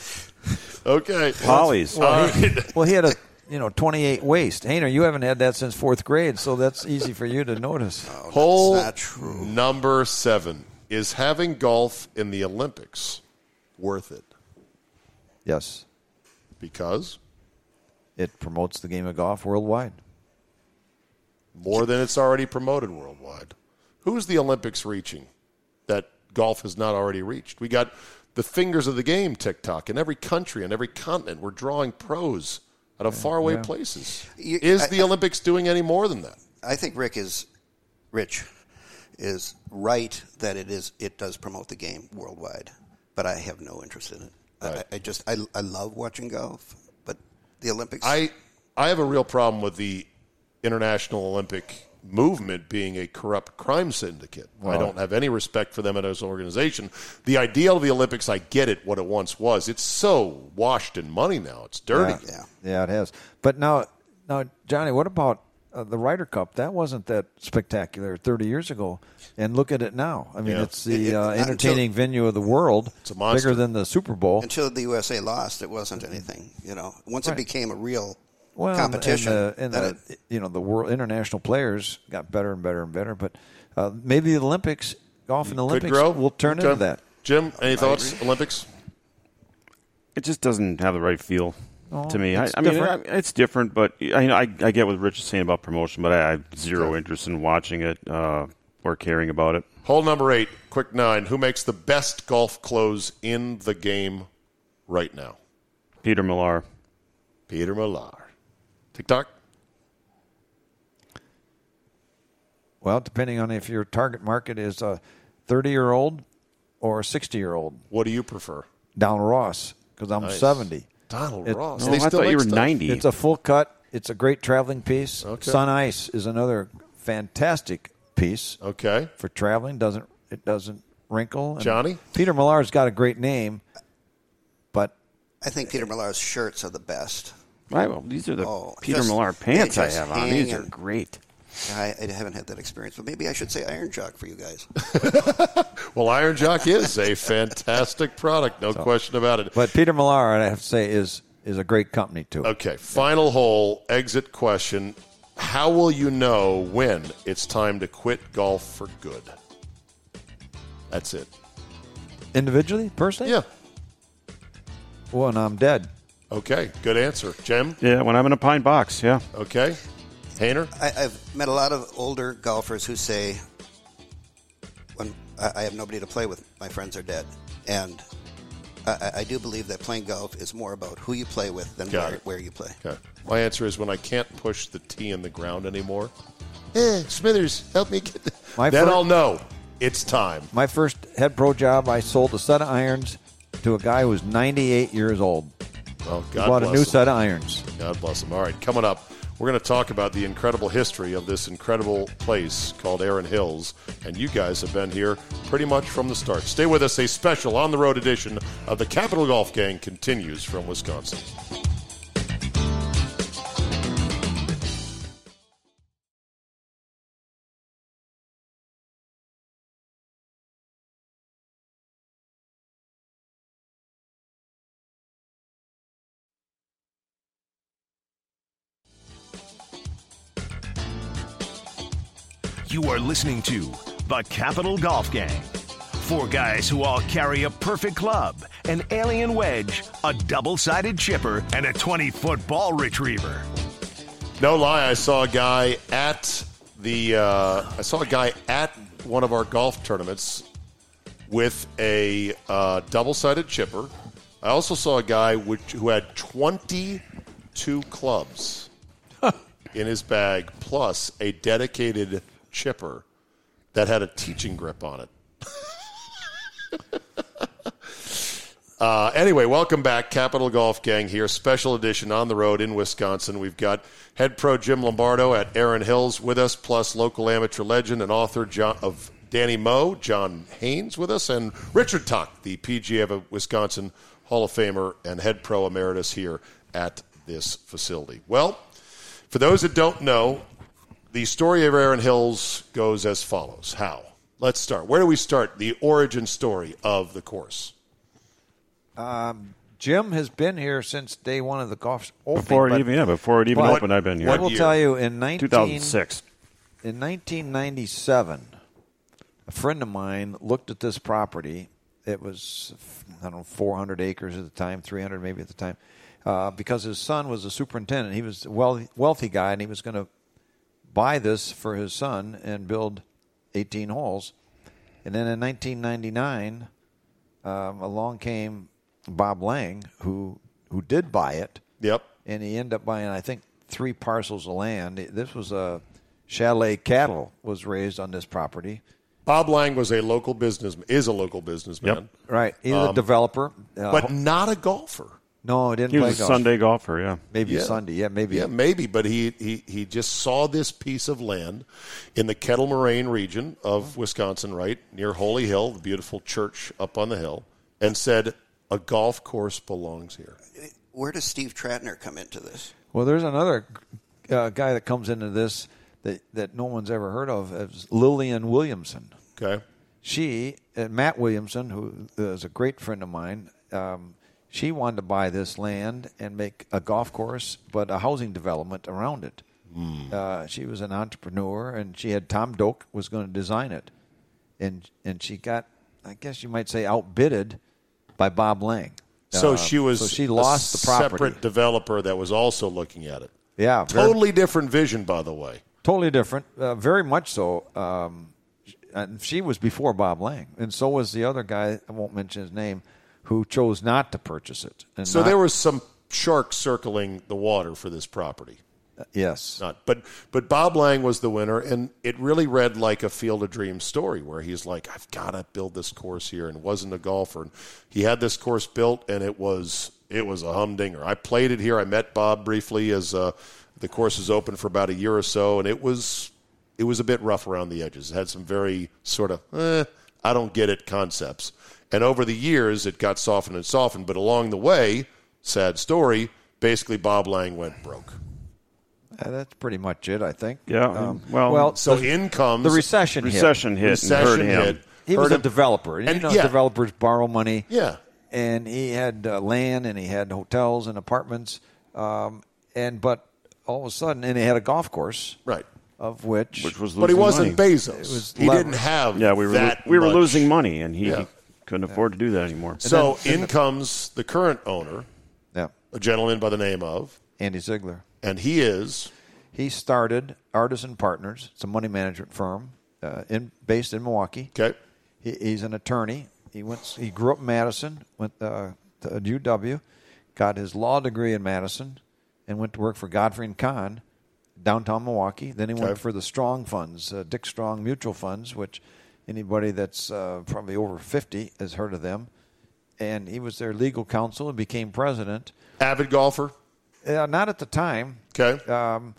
okay. Polly's. All right. well he had a you know 28 waist Hayner you haven't had that since fourth grade so that's easy for you to notice Uh, Poll not true. number seven is having golf in the Olympics worth it yes because it promotes the game of golf worldwide more than it's already promoted worldwide. Who's the Olympics reaching that golf has not already reached? We got the fingers of the game TikTok in every country and every continent. We're drawing pros out of faraway places. You- is I- the Olympics doing any more than that? I think Rick is rich is right that it is it does promote the game worldwide, but I have no interest in it. Right. I, I just I, I love watching golf, but the Olympics. I I have a real problem with the international Olympic movement being a corrupt crime syndicate. I don't have any respect for them as an organization. The ideal of the Olympics, I get it, what it once was. It's so washed in money now. It's dirty. yeah. yeah it has but now now Johnny what about uh, the Ryder Cup that wasn't that spectacular 30 years ago and look at it now I mean Yeah. it's the It- it- uh, not until- entertaining venue of the world it's a monster. bigger than the Super Bowl Until the USA lost, it wasn't anything. You know, once it became a real Mm-hmm. well, and- competition, And, the, and then the, you know, the world international players got better and better and better. But uh, maybe the Olympics, golf and Could Olympics, grow. will turn Okay. into that. Jim, any thoughts? Olympics? It just doesn't have the right feel to me. I, it's I mean, different. I- it's different, but I, I I get what Rich is saying about promotion, but I have zero interest in watching it uh, or caring about it. Hole number eight, quick nine. Who makes the best golf close in the game right now? Peter Millar. Peter Millar. TikTok? Well, depending on if your target market is a 30 year old or a 60 year old, What do you prefer? Donald Ross, because I'm 70. Donald It- Ross. Oh, They I still thought you make were stuff. 90. It's a full cut. It's a great traveling piece. Okay. Sun Ice is another fantastic piece Okay. for traveling. Doesn't it doesn't wrinkle? And Johnny? Peter Millar's got a great name, but I think eh, Peter Millar's shirts are the best. Right, well, these are the Oh, Peter just- Millar pants they I just have on. hang These are and- great. I, I haven't had that experience, but maybe I should say Iron Jock for you guys. Well, Iron Jock is a fantastic product, no question about it. But Peter Millar, I have to say, is is a great company too. okay, final hole, exit question. How will you know when it's time to quit golf for good? That's it. Individually, personally, Yeah. Well, and I'm dead. Okay. Good answer. Jim? Yeah, when I'm in a pine box, yeah. Okay. Hayner? I, I've met a lot of older golfers who say, when I, I have nobody to play with. My friends are dead, and I, I- I do believe that playing golf is more about who you play with than Got where, it. where you play. Okay. My answer is when I can't push the tee in the ground anymore, Eh, Smithers, help me get. The- My then fir- I'll know it's time. My first head pro job, I sold a set of irons to a guy who was 98 years old. Well, He God bought bless a new him. set of irons. God bless him. All right, coming up, we're going to talk about the incredible history of this incredible place called Aaron Hills. And you guys have been here pretty much from the start. Stay with us. A special on the road edition of the Capital Golf Gang continues from Wisconsin. You are listening to The Capital Golf Gang. Four guys who all carry a perfect club, an alien wedge, a double sided chipper, and a 20 foot ball retriever. No lie, I saw a guy at the uh, I saw a guy at one of our golf tournaments with a uh, double-sided chipper. I also saw a guy which who had 22 clubs in his bag plus a dedicated chipper that had a teaching grip on it. Uh, anyway, welcome back, Capital Golf Gang here, special edition on the road in Wisconsin. We've got head pro Jim Lombardo at Aaron Hills with us, plus local amateur legend and author John, of Danny Moe, John Haynes with us, and Richard Tuck, the PGA of Wisconsin Hall of Famer and head pro emeritus here at this facility. Well, for those that don't know, the story of Aaron Hills goes as follows. How? Let's start. Where do we start? The origin story of the course. Jim has been here since day one of the golf opening. Before it but- even yeah, before it even but opened, I've been here. I will year? tell you in 19, 2006. In 1997, a friend of mine looked at this property. It was, I don't know, 400 acres at the time, 300 maybe at the time, uh, because his son was a superintendent. He was a wealthy, wealthy guy, and he was going to buy this for his son and build 18 holes. And then in 1999, um, along came Bob Lang, who who did buy it Yep. and he ended up buying I think three parcels of land. This was a chalet cattle was raised on this property. Bob Lang was a local businessman, is a local businessman, Right, he's a developer. Uh, but not a golfer. no, he didn't He play was a golf. Sunday golfer. Yeah. Maybe Yeah. Sunday, yeah, maybe. Yeah, maybe, but he, he, he just saw this piece of land in the Kettle Moraine region of Wisconsin, right near Holy Hill, the beautiful church up on the hill, and said, a golf course belongs here. Where does Steve Tratner come into this? Well, there's another uh, guy that comes into this that that no one's ever heard of. It's Lillian Williamson. Okay. she and Matt Williamson, who uh, is a great friend of mine, um, she wanted to buy this land and make a golf course, but a housing development around it. Hmm. Uh, she was an entrepreneur, and she had Tom Doak was going to design it, and and she got, I guess you might say, outbidded by Bob Lang. So Uh, she was so she a lost the property. separate developer that was also looking at it. yeah, very- Totally different vision, by the way. totally different, uh, very much so. Um, and she was before Bob Lang, and so was the other guy. I won't mention his name, who chose not to purchase it. And So not- there was some sharks circling the water for this property. yes, not. But but Bob Lang was the winner, and it really read like a Field of Dreams story where he's like, I've got to build this course here, and wasn't a golfer. And he had this course built, and it was it was a humdinger. I played it here. I met Bob briefly as uh, the course was open for about a year or so, and it was it was a bit rough around the edges. It had some very sort of eh, I don't get it concepts. And over the years, it got softened and softened. But along the way, sad story. Basically, Bob Lang went broke. Uh, that's pretty much it. I think. Yeah, well- So the, in comes the recession. hit. Recession hit. Recession and hurt him. hit. He Hurt was a him. developer, and, And, you know yeah. developers borrow money. Yeah. and he had uh, land, and he had hotels and apartments, um, and but all of a sudden, and he had a golf course, Right. Of which, Which was But he losing wasn't money. Bezos. was he leverage. didn't have Yeah, we were that we were much. losing money, and he Yeah. couldn't afford to do that anymore. So in comes the current owner, yeah, a gentleman by the name of, Andy Ziegler. and he is He started Artisan Partners. It's a money management firm uh, in, based in Milwaukee. okay. He, he's an attorney. He went. He grew up in Madison. Went uh, to UW, got his law degree in Madison, and went to work for Godfrey and Kahn, downtown Milwaukee. Then he Okay. went for the Strong Funds, uh, Dick Strong Mutual Funds, which anybody that's uh, probably over fifty has heard of them. And he was their legal counsel and became president. Avid golfer. Uh, not at the time, Okay. um,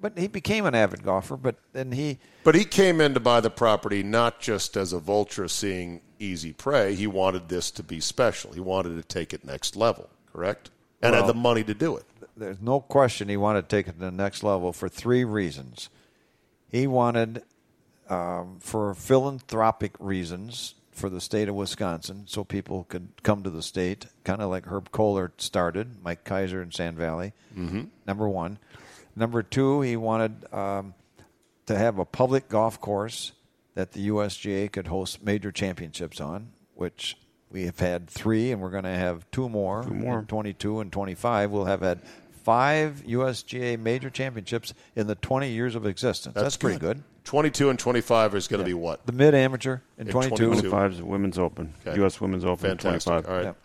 but he became an avid golfer. But then he But he came in to buy the property not just as a vulture seeing easy prey. He wanted this to be special. He wanted to take it next level, correct? And had the money to do it. there's no question he wanted to take it to the next level for three reasons. He wanted, um, for philanthropic reasons, for the state of Wisconsin, so people could come to the state, kind of like Herb Kohler started, Mike Kaiser in Sand Valley. Mm-hmm. Number one. Number two, he wanted um, to have a public golf course that the USGA could host major championships on, which we have had three, and we're going to have two more. Two more. 22 and 25. We'll have had five USGA major championships in the 20 years of existence. That's, pretty good. 22 and 25 is going to be what? The mid amateur in In 22. 22. 25 is Women's Open, Okay. U.S. Women's Open. Fantastic. 25. All right. Yep.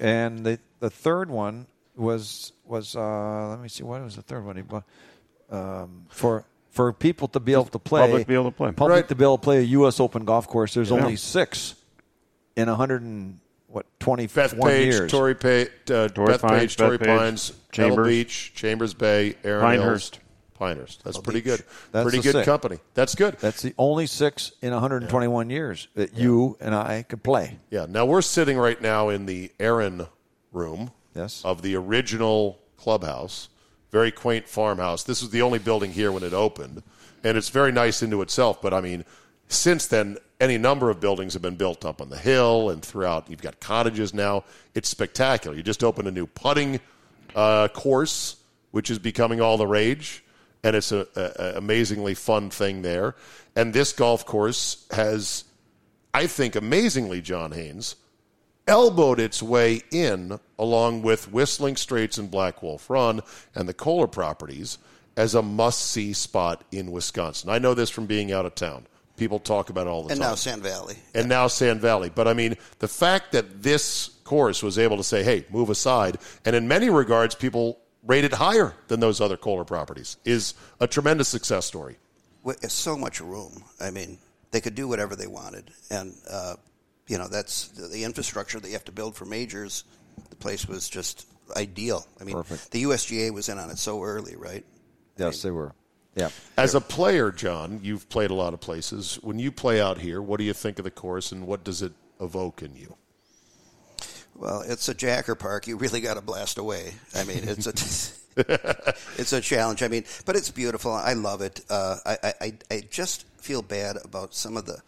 And the the third one was was uh, let me see what was the third one he bought um, for for people to be able to play public to be able to play. public Right. to be able to play a U.S. Open golf course. There's Yeah. only six in a hundred and what twenty Beth one Page, years. Tory Page, uh, Torrey Beth Pines, Page, Tory Beth Page, Pines, Chambers Chambers. Beach, Chambers Bay, Aaron Pinehurst. Hills, Pinehurst. That's Pebble pretty Beach. good. That's pretty the good six. company. That's good. That's the only six in 121 years that you and I could play. yeah. Now we're sitting right now in the Aaron room Uh, Yes. of the original clubhouse, very quaint farmhouse. This was the only building here when it opened, and it's very nice into itself. But I mean, since then, any number of buildings have been built up on the hill and throughout. You've got cottages now. It's spectacular. You just opened a new putting uh, course, which is becoming all the rage, and it's an amazingly fun thing there. And this golf course has, I think, amazingly, John Haynes elbowed its way in along with Whistling Straits and Black Wolf Run and the Kohler properties as a must see spot in Wisconsin. I know this from being out of town. People talk about it all the And time. now Sand Valley. and now Sand Valley. But I mean, the fact that this course was able to say, hey, move aside, and in many regards, people rated higher than those other Kohler properties is a tremendous success story. Wi- it's so much room. I mean, they could do whatever they wanted, and uh, you know that's the, the infrastructure that you have to build for majors. The place was just ideal. I mean, Perfect. the USGA was in on it so early, right? Yes, they were. Yeah. As a player, John, you've played a lot of places. When you play out here, what do you think of the course and what does it evoke in you? Well, it's a Jacker Park. You really got to blast away. I mean, it's a it's a challenge. I mean, but it's beautiful. I love it. Uh, I, I- I I just feel bad about some of the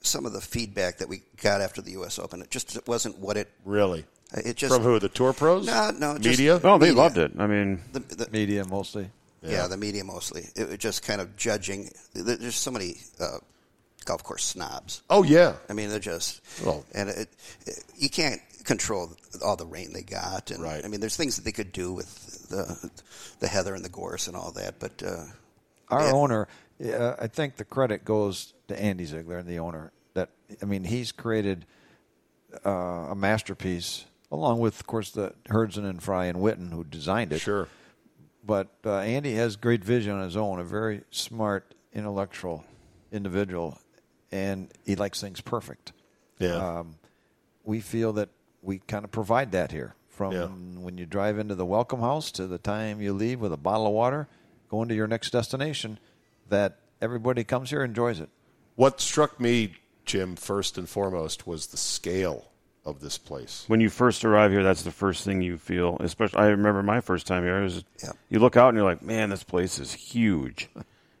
some of the feedback that we got after the U.S. Open. It just wasn't what it. Really? It just From who? The tour pros? No, no, just- media. Oh, they Media. loved it. I mean, The, the, Media mostly. yeah. the media mostly. It was just kind of judging. there- There's so many uh, golf course snobs. Oh yeah. I mean, they're just Well- and it, it, you can't control all the rain they got. And Right. I mean, there's things that they could do with the the heather and the gorse and all that, but. Uh, our Yeah. owner, uh, I think the credit goes to Andy Ziegler and the owner. That I mean, he's created uh, a masterpiece, along with, of course, the Herdson and Fry and Witten who designed it. Sure. But uh, Andy has great vision on his own. A very smart, intellectual individual, and he likes things perfect. Yeah. Um, We feel that we kind of provide that here. From Yeah. when you drive into the welcome house to the time you leave with a bottle of water, going to your next destination, that everybody comes here and enjoys it. what struck me, Jim, first and foremost, was the scale of this place. when you first arrive here, that's the first thing you feel. Especially, I remember my first time here. It was, Yeah. You look out and you're like, man, this place is huge.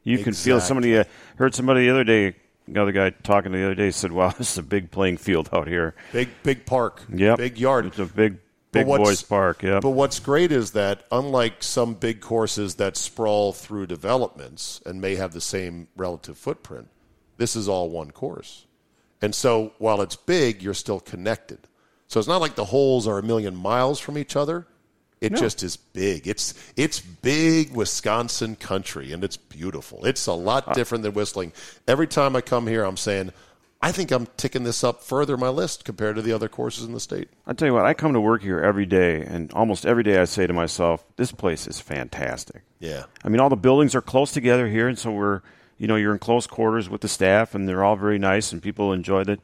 You can feel somebody. Uh, heard somebody the other day. Another guy talking the other day said, "Wow, this is a big playing field out here." Big, big park. Yep. Big yard. It's a big, But big what's- boys park. Yeah. But what's great is that unlike some big courses that sprawl through developments and may have the same relative footprint, this is all one course. And so while it's big, you're still connected. So it's not like the holes are a million miles from each other. It just is big. It's it's big Wisconsin Ah. country and it's beautiful. It's a lot different than whistling. Every time I come here I'm saying I think I'm ticking this up further in my list compared to the other courses in the state. I tell you what, I come to work here every day, and almost every day I say to myself, "This place is fantastic." Yeah. I mean, all the buildings are close together here, and so we're, you know, you're in close quarters with the staff, and they're all very nice, and people enjoy it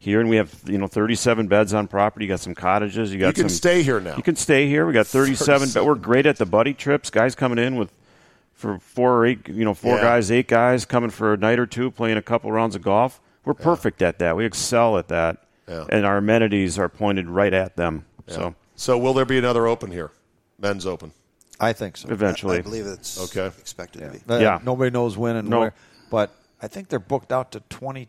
here. And we have, you know, 37 beds on property. You got some cottages. You got You can some, stay here now. You can stay here. We got 37, but we're great at the buddy trips. Guys coming in with for four or eight, you know, four Yeah. guys, eight guys coming for a night or two, playing a couple rounds of golf. We're perfect at that. We excel at that, Yeah. and our amenities are pointed right at them. So So will there be another open here? Men's open. I think so. eventually, I believe it's Okay. expected to be. Uh, Yeah. Nobody knows when and No. where. But I think they're booked out to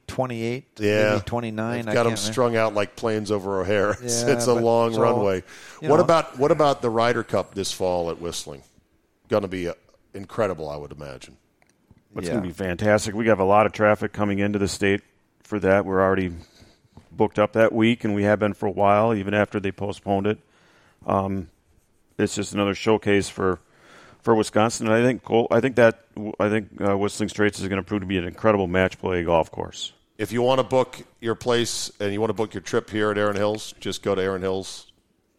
2028, Yeah, maybe 29. They've I got them can't remember. strung out like planes over O'Hare. It's, Yeah, it's a but long so, runway. you What know- about what about the Ryder Cup this fall at Whistling? Going to be uh, incredible, I would imagine. it's Yeah. going to be fantastic. We have a lot of traffic coming into the state for that. We're already booked up that week, and we have been for a while, even after they postponed it. Um, it's just another showcase for for Wisconsin. And I think Col- I think that I think uh, Whistling Straits is going to prove to be an incredible match play golf course. If you want to book your place and you want to book your trip here at Aaron Hills, just go to Aaron Hills.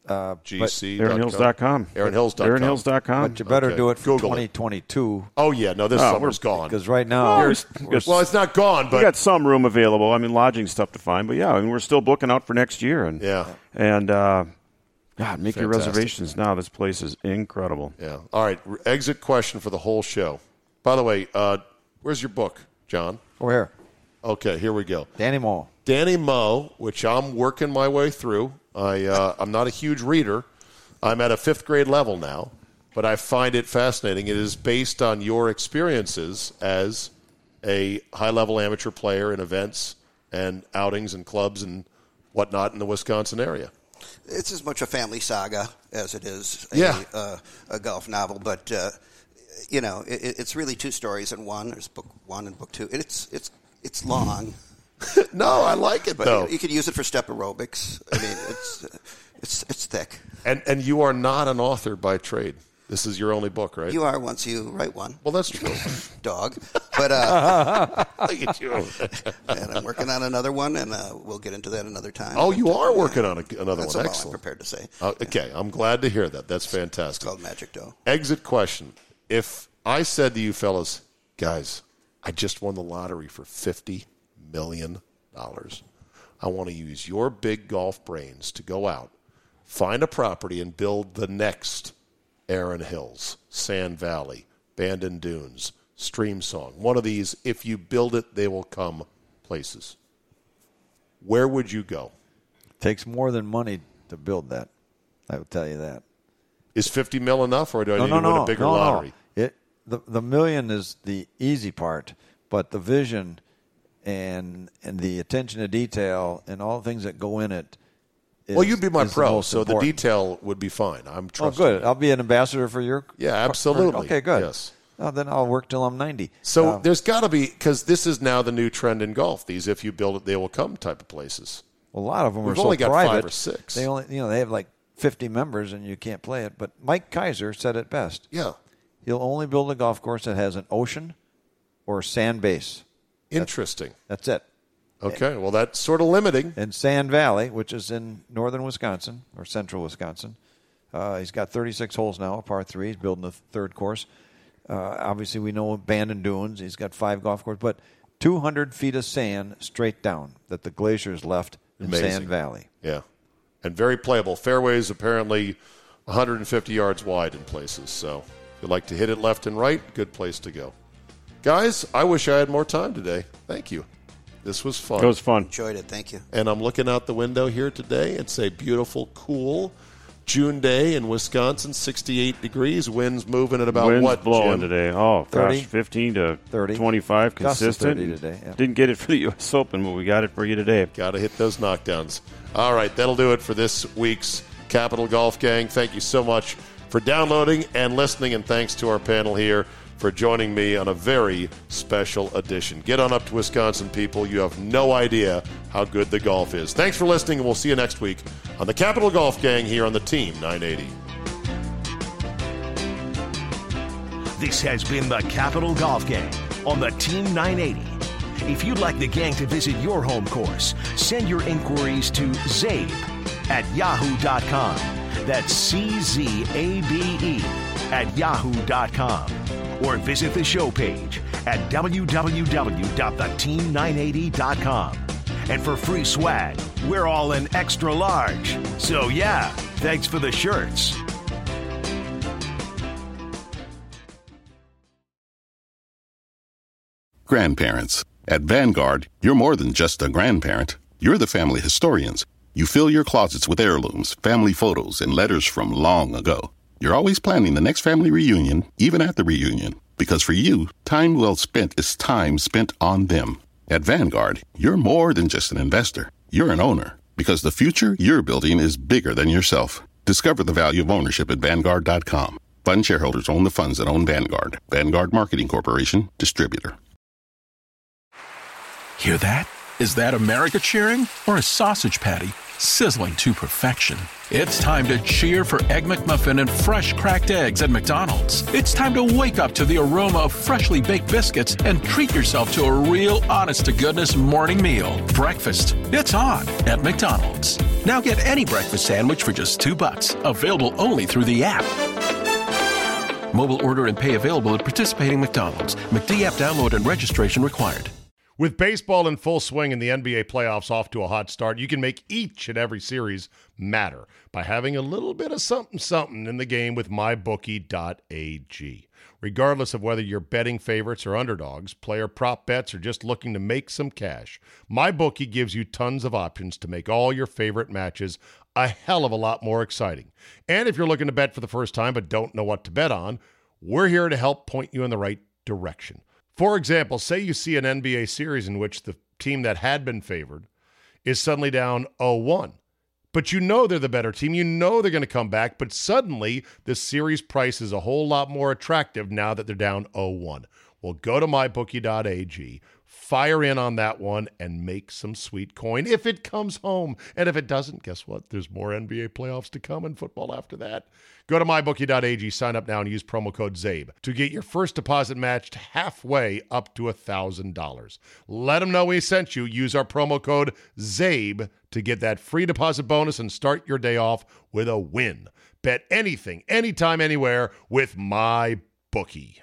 Uh, GC. AaronHills.com. AaronHills.com. AaronHills.com. But you better Okay, do it for Google it. 2022 Oh yeah, no, this Oh, summer's gone. because right now Well, it's- Well, it's not gone, we but got some room available. I mean, lodging stuff to find, but yeah, I mean, we're still booking out for next year, and Yeah. and uh, God, make your Fantastic. reservations now. This place is incredible. yeah. All right, r- exit question for the whole show. By the way, uh, where's your book, John? over here. Okay, here we go. Danny Moll. Danny Moe, which I'm working my way through. I, uh, I'm not a huge reader. I'm at a fifth grade level now, but I find it fascinating. It is based on your experiences as a high level amateur player in events and outings and clubs and whatnot in the Wisconsin area. it's as much a family saga as it is a, Yeah. uh, a golf novel. But uh, you know, it, it- it's really two stories in one. There's book one and book two. And it's it's it's long, No, I like it but though. you, you can use it for step aerobics. I mean, it's it's it's thick. and, and you are not an author by trade. This is your only book, right? You are once you write one, well, that's true. dog. But uh, Look at you. and I'm working on another one, and uh, we'll get into that another time. Oh, you But, are uh, working on a, another That's one. all I'm Excellent. prepared to say. Uh, okay, I'm glad to hear that. That's It's fantastic. called Magic Dough. Exit question. If I said to you fellas, guys, I just won the lottery for $50 million, I want to use your big golf brains to go out, find a property, and build the next Aaron Hills, Sand Valley, Bandon Dunes, Stream Song. One of these, if you build it, they will come places. Where would you go? Takes more than money to build that. I would tell you that. Is 50 mil enough, or do I no, need no, to win no, a bigger no, no. lottery? It the the million is the easy part, but the vision and and the attention to detail and all the things that go in it. Is, well, you'd be my is pro, most so the important. detail would be fine. I'm Oh, trusting. good. I'll be an ambassador for your. Yeah, absolutely. Okay, good. Yes. Oh, then I'll work till I'm ninety. So there's got to be because this is now the new trend in golf. These if you build it, they will come type of places. A lot of them We've are so only got five private. or six. They only, you know, they have like 50 members, and you can't play it. But Mike Kaiser said it best. Yeah, He'll only build a golf course that has an ocean or sand base. interesting. That's it. Okay, well that's sort of limiting. And Sand Valley, which is in northern Wisconsin or central Wisconsin, uh, he's got 36 holes now, a par three. He's building the third course. Uh, obviously, we know Bandon Dunes. He's got five golf courses, but 200 feet of sand straight down that the glaciers left in Amazing. Sand Valley. Yeah, and very playable. Fairways apparently 150 yards wide in places. So if you like to hit it left and right, good place to go. Guys, I wish I had more time today. Thank you. This was fun. It was fun. Enjoyed it. Thank you. and I'm looking out the window here today. It's a beautiful, cool June day in Wisconsin, 68 degrees. Winds moving at about Winds Uh, what? blowing Jim? today? Oh, 30? gosh, 15 to 30. 25 Just the consistent. 30 today, yeah. Didn't get it for the U.S. Open, but we got it for you today. Got to hit those knockdowns. All right, that'll do it for this week's Capital Golf Gang. Thank you so much for downloading and listening, and thanks to our panel here for joining me on a very special edition. Get on up to Wisconsin, people. You have no idea how good the golf is. Thanks for listening, and we'll see you next week on the Capital Golf Gang here on the Team 980. This has been the Capital Golf Gang on the Team 980. If you'd like the gang to visit your home course, send your inquiries to ZABE at yahoo.com. That's C Z A B E at yahoo.com. Or visit the show page at www.theteam980.com. And for free swag, we're all in extra large. So, yeah, thanks for the shirts. Grandparents. At Vanguard, you're more than just a grandparent. You're the family historians. You fill your closets with heirlooms, family photos, and letters from long ago. You're always planning the next family reunion, even at the reunion, because for you, time well spent is time spent on them. At Vanguard, you're more than just an investor, you're an owner, because the future you're building is bigger than yourself. Discover the value of ownership at Vanguard.com. Fund shareholders own the funds that own Vanguard. Vanguard Marketing Corporation, distributor. Hear that? Is that America cheering or a sausage patty sizzling to perfection? It's time to cheer for Egg McMuffin and fresh cracked eggs at McDonald's. It's time to wake up to the aroma of freshly baked biscuits and treat yourself to a real honest to goodness morning meal. Breakfast, it's on at McDonald's. Now get any breakfast sandwich for just two bucks, available only through the app. Mobile order and pay available at participating McDonald's. McD app download and registration required. With baseball in full swing and the NBA playoffs off to a hot start, you can make each and every series matter by having a little bit of something something in the game with mybookie.ag. Regardless of whether you're betting favorites or underdogs, player prop bets, or just looking to make some cash, MyBookie gives you tons of options to make all your favorite matches a hell of a lot more exciting. And if you're looking to bet for the first time but don't know what to bet on, we're here to help point you in the right direction. For example, say you see an NBA series in which the team that had been favored is suddenly down 0 1, but you know they're the better team. You know they're going to come back, but suddenly the series price is a whole lot more attractive now that they're down 0 1. Well, go to mybookie.ag, fire in on that one, and make some sweet coin if it comes home. And if it doesn't, guess what? There's more NBA playoffs to come and football after that. Go to mybookie.ag, sign up now, and use promo code ZABE to get your first deposit matched halfway up to $1,000. Let them know we sent you. Use our promo code ZABE to get that free deposit bonus and start your day off with a win. Bet anything, anytime, anywhere with my bookie.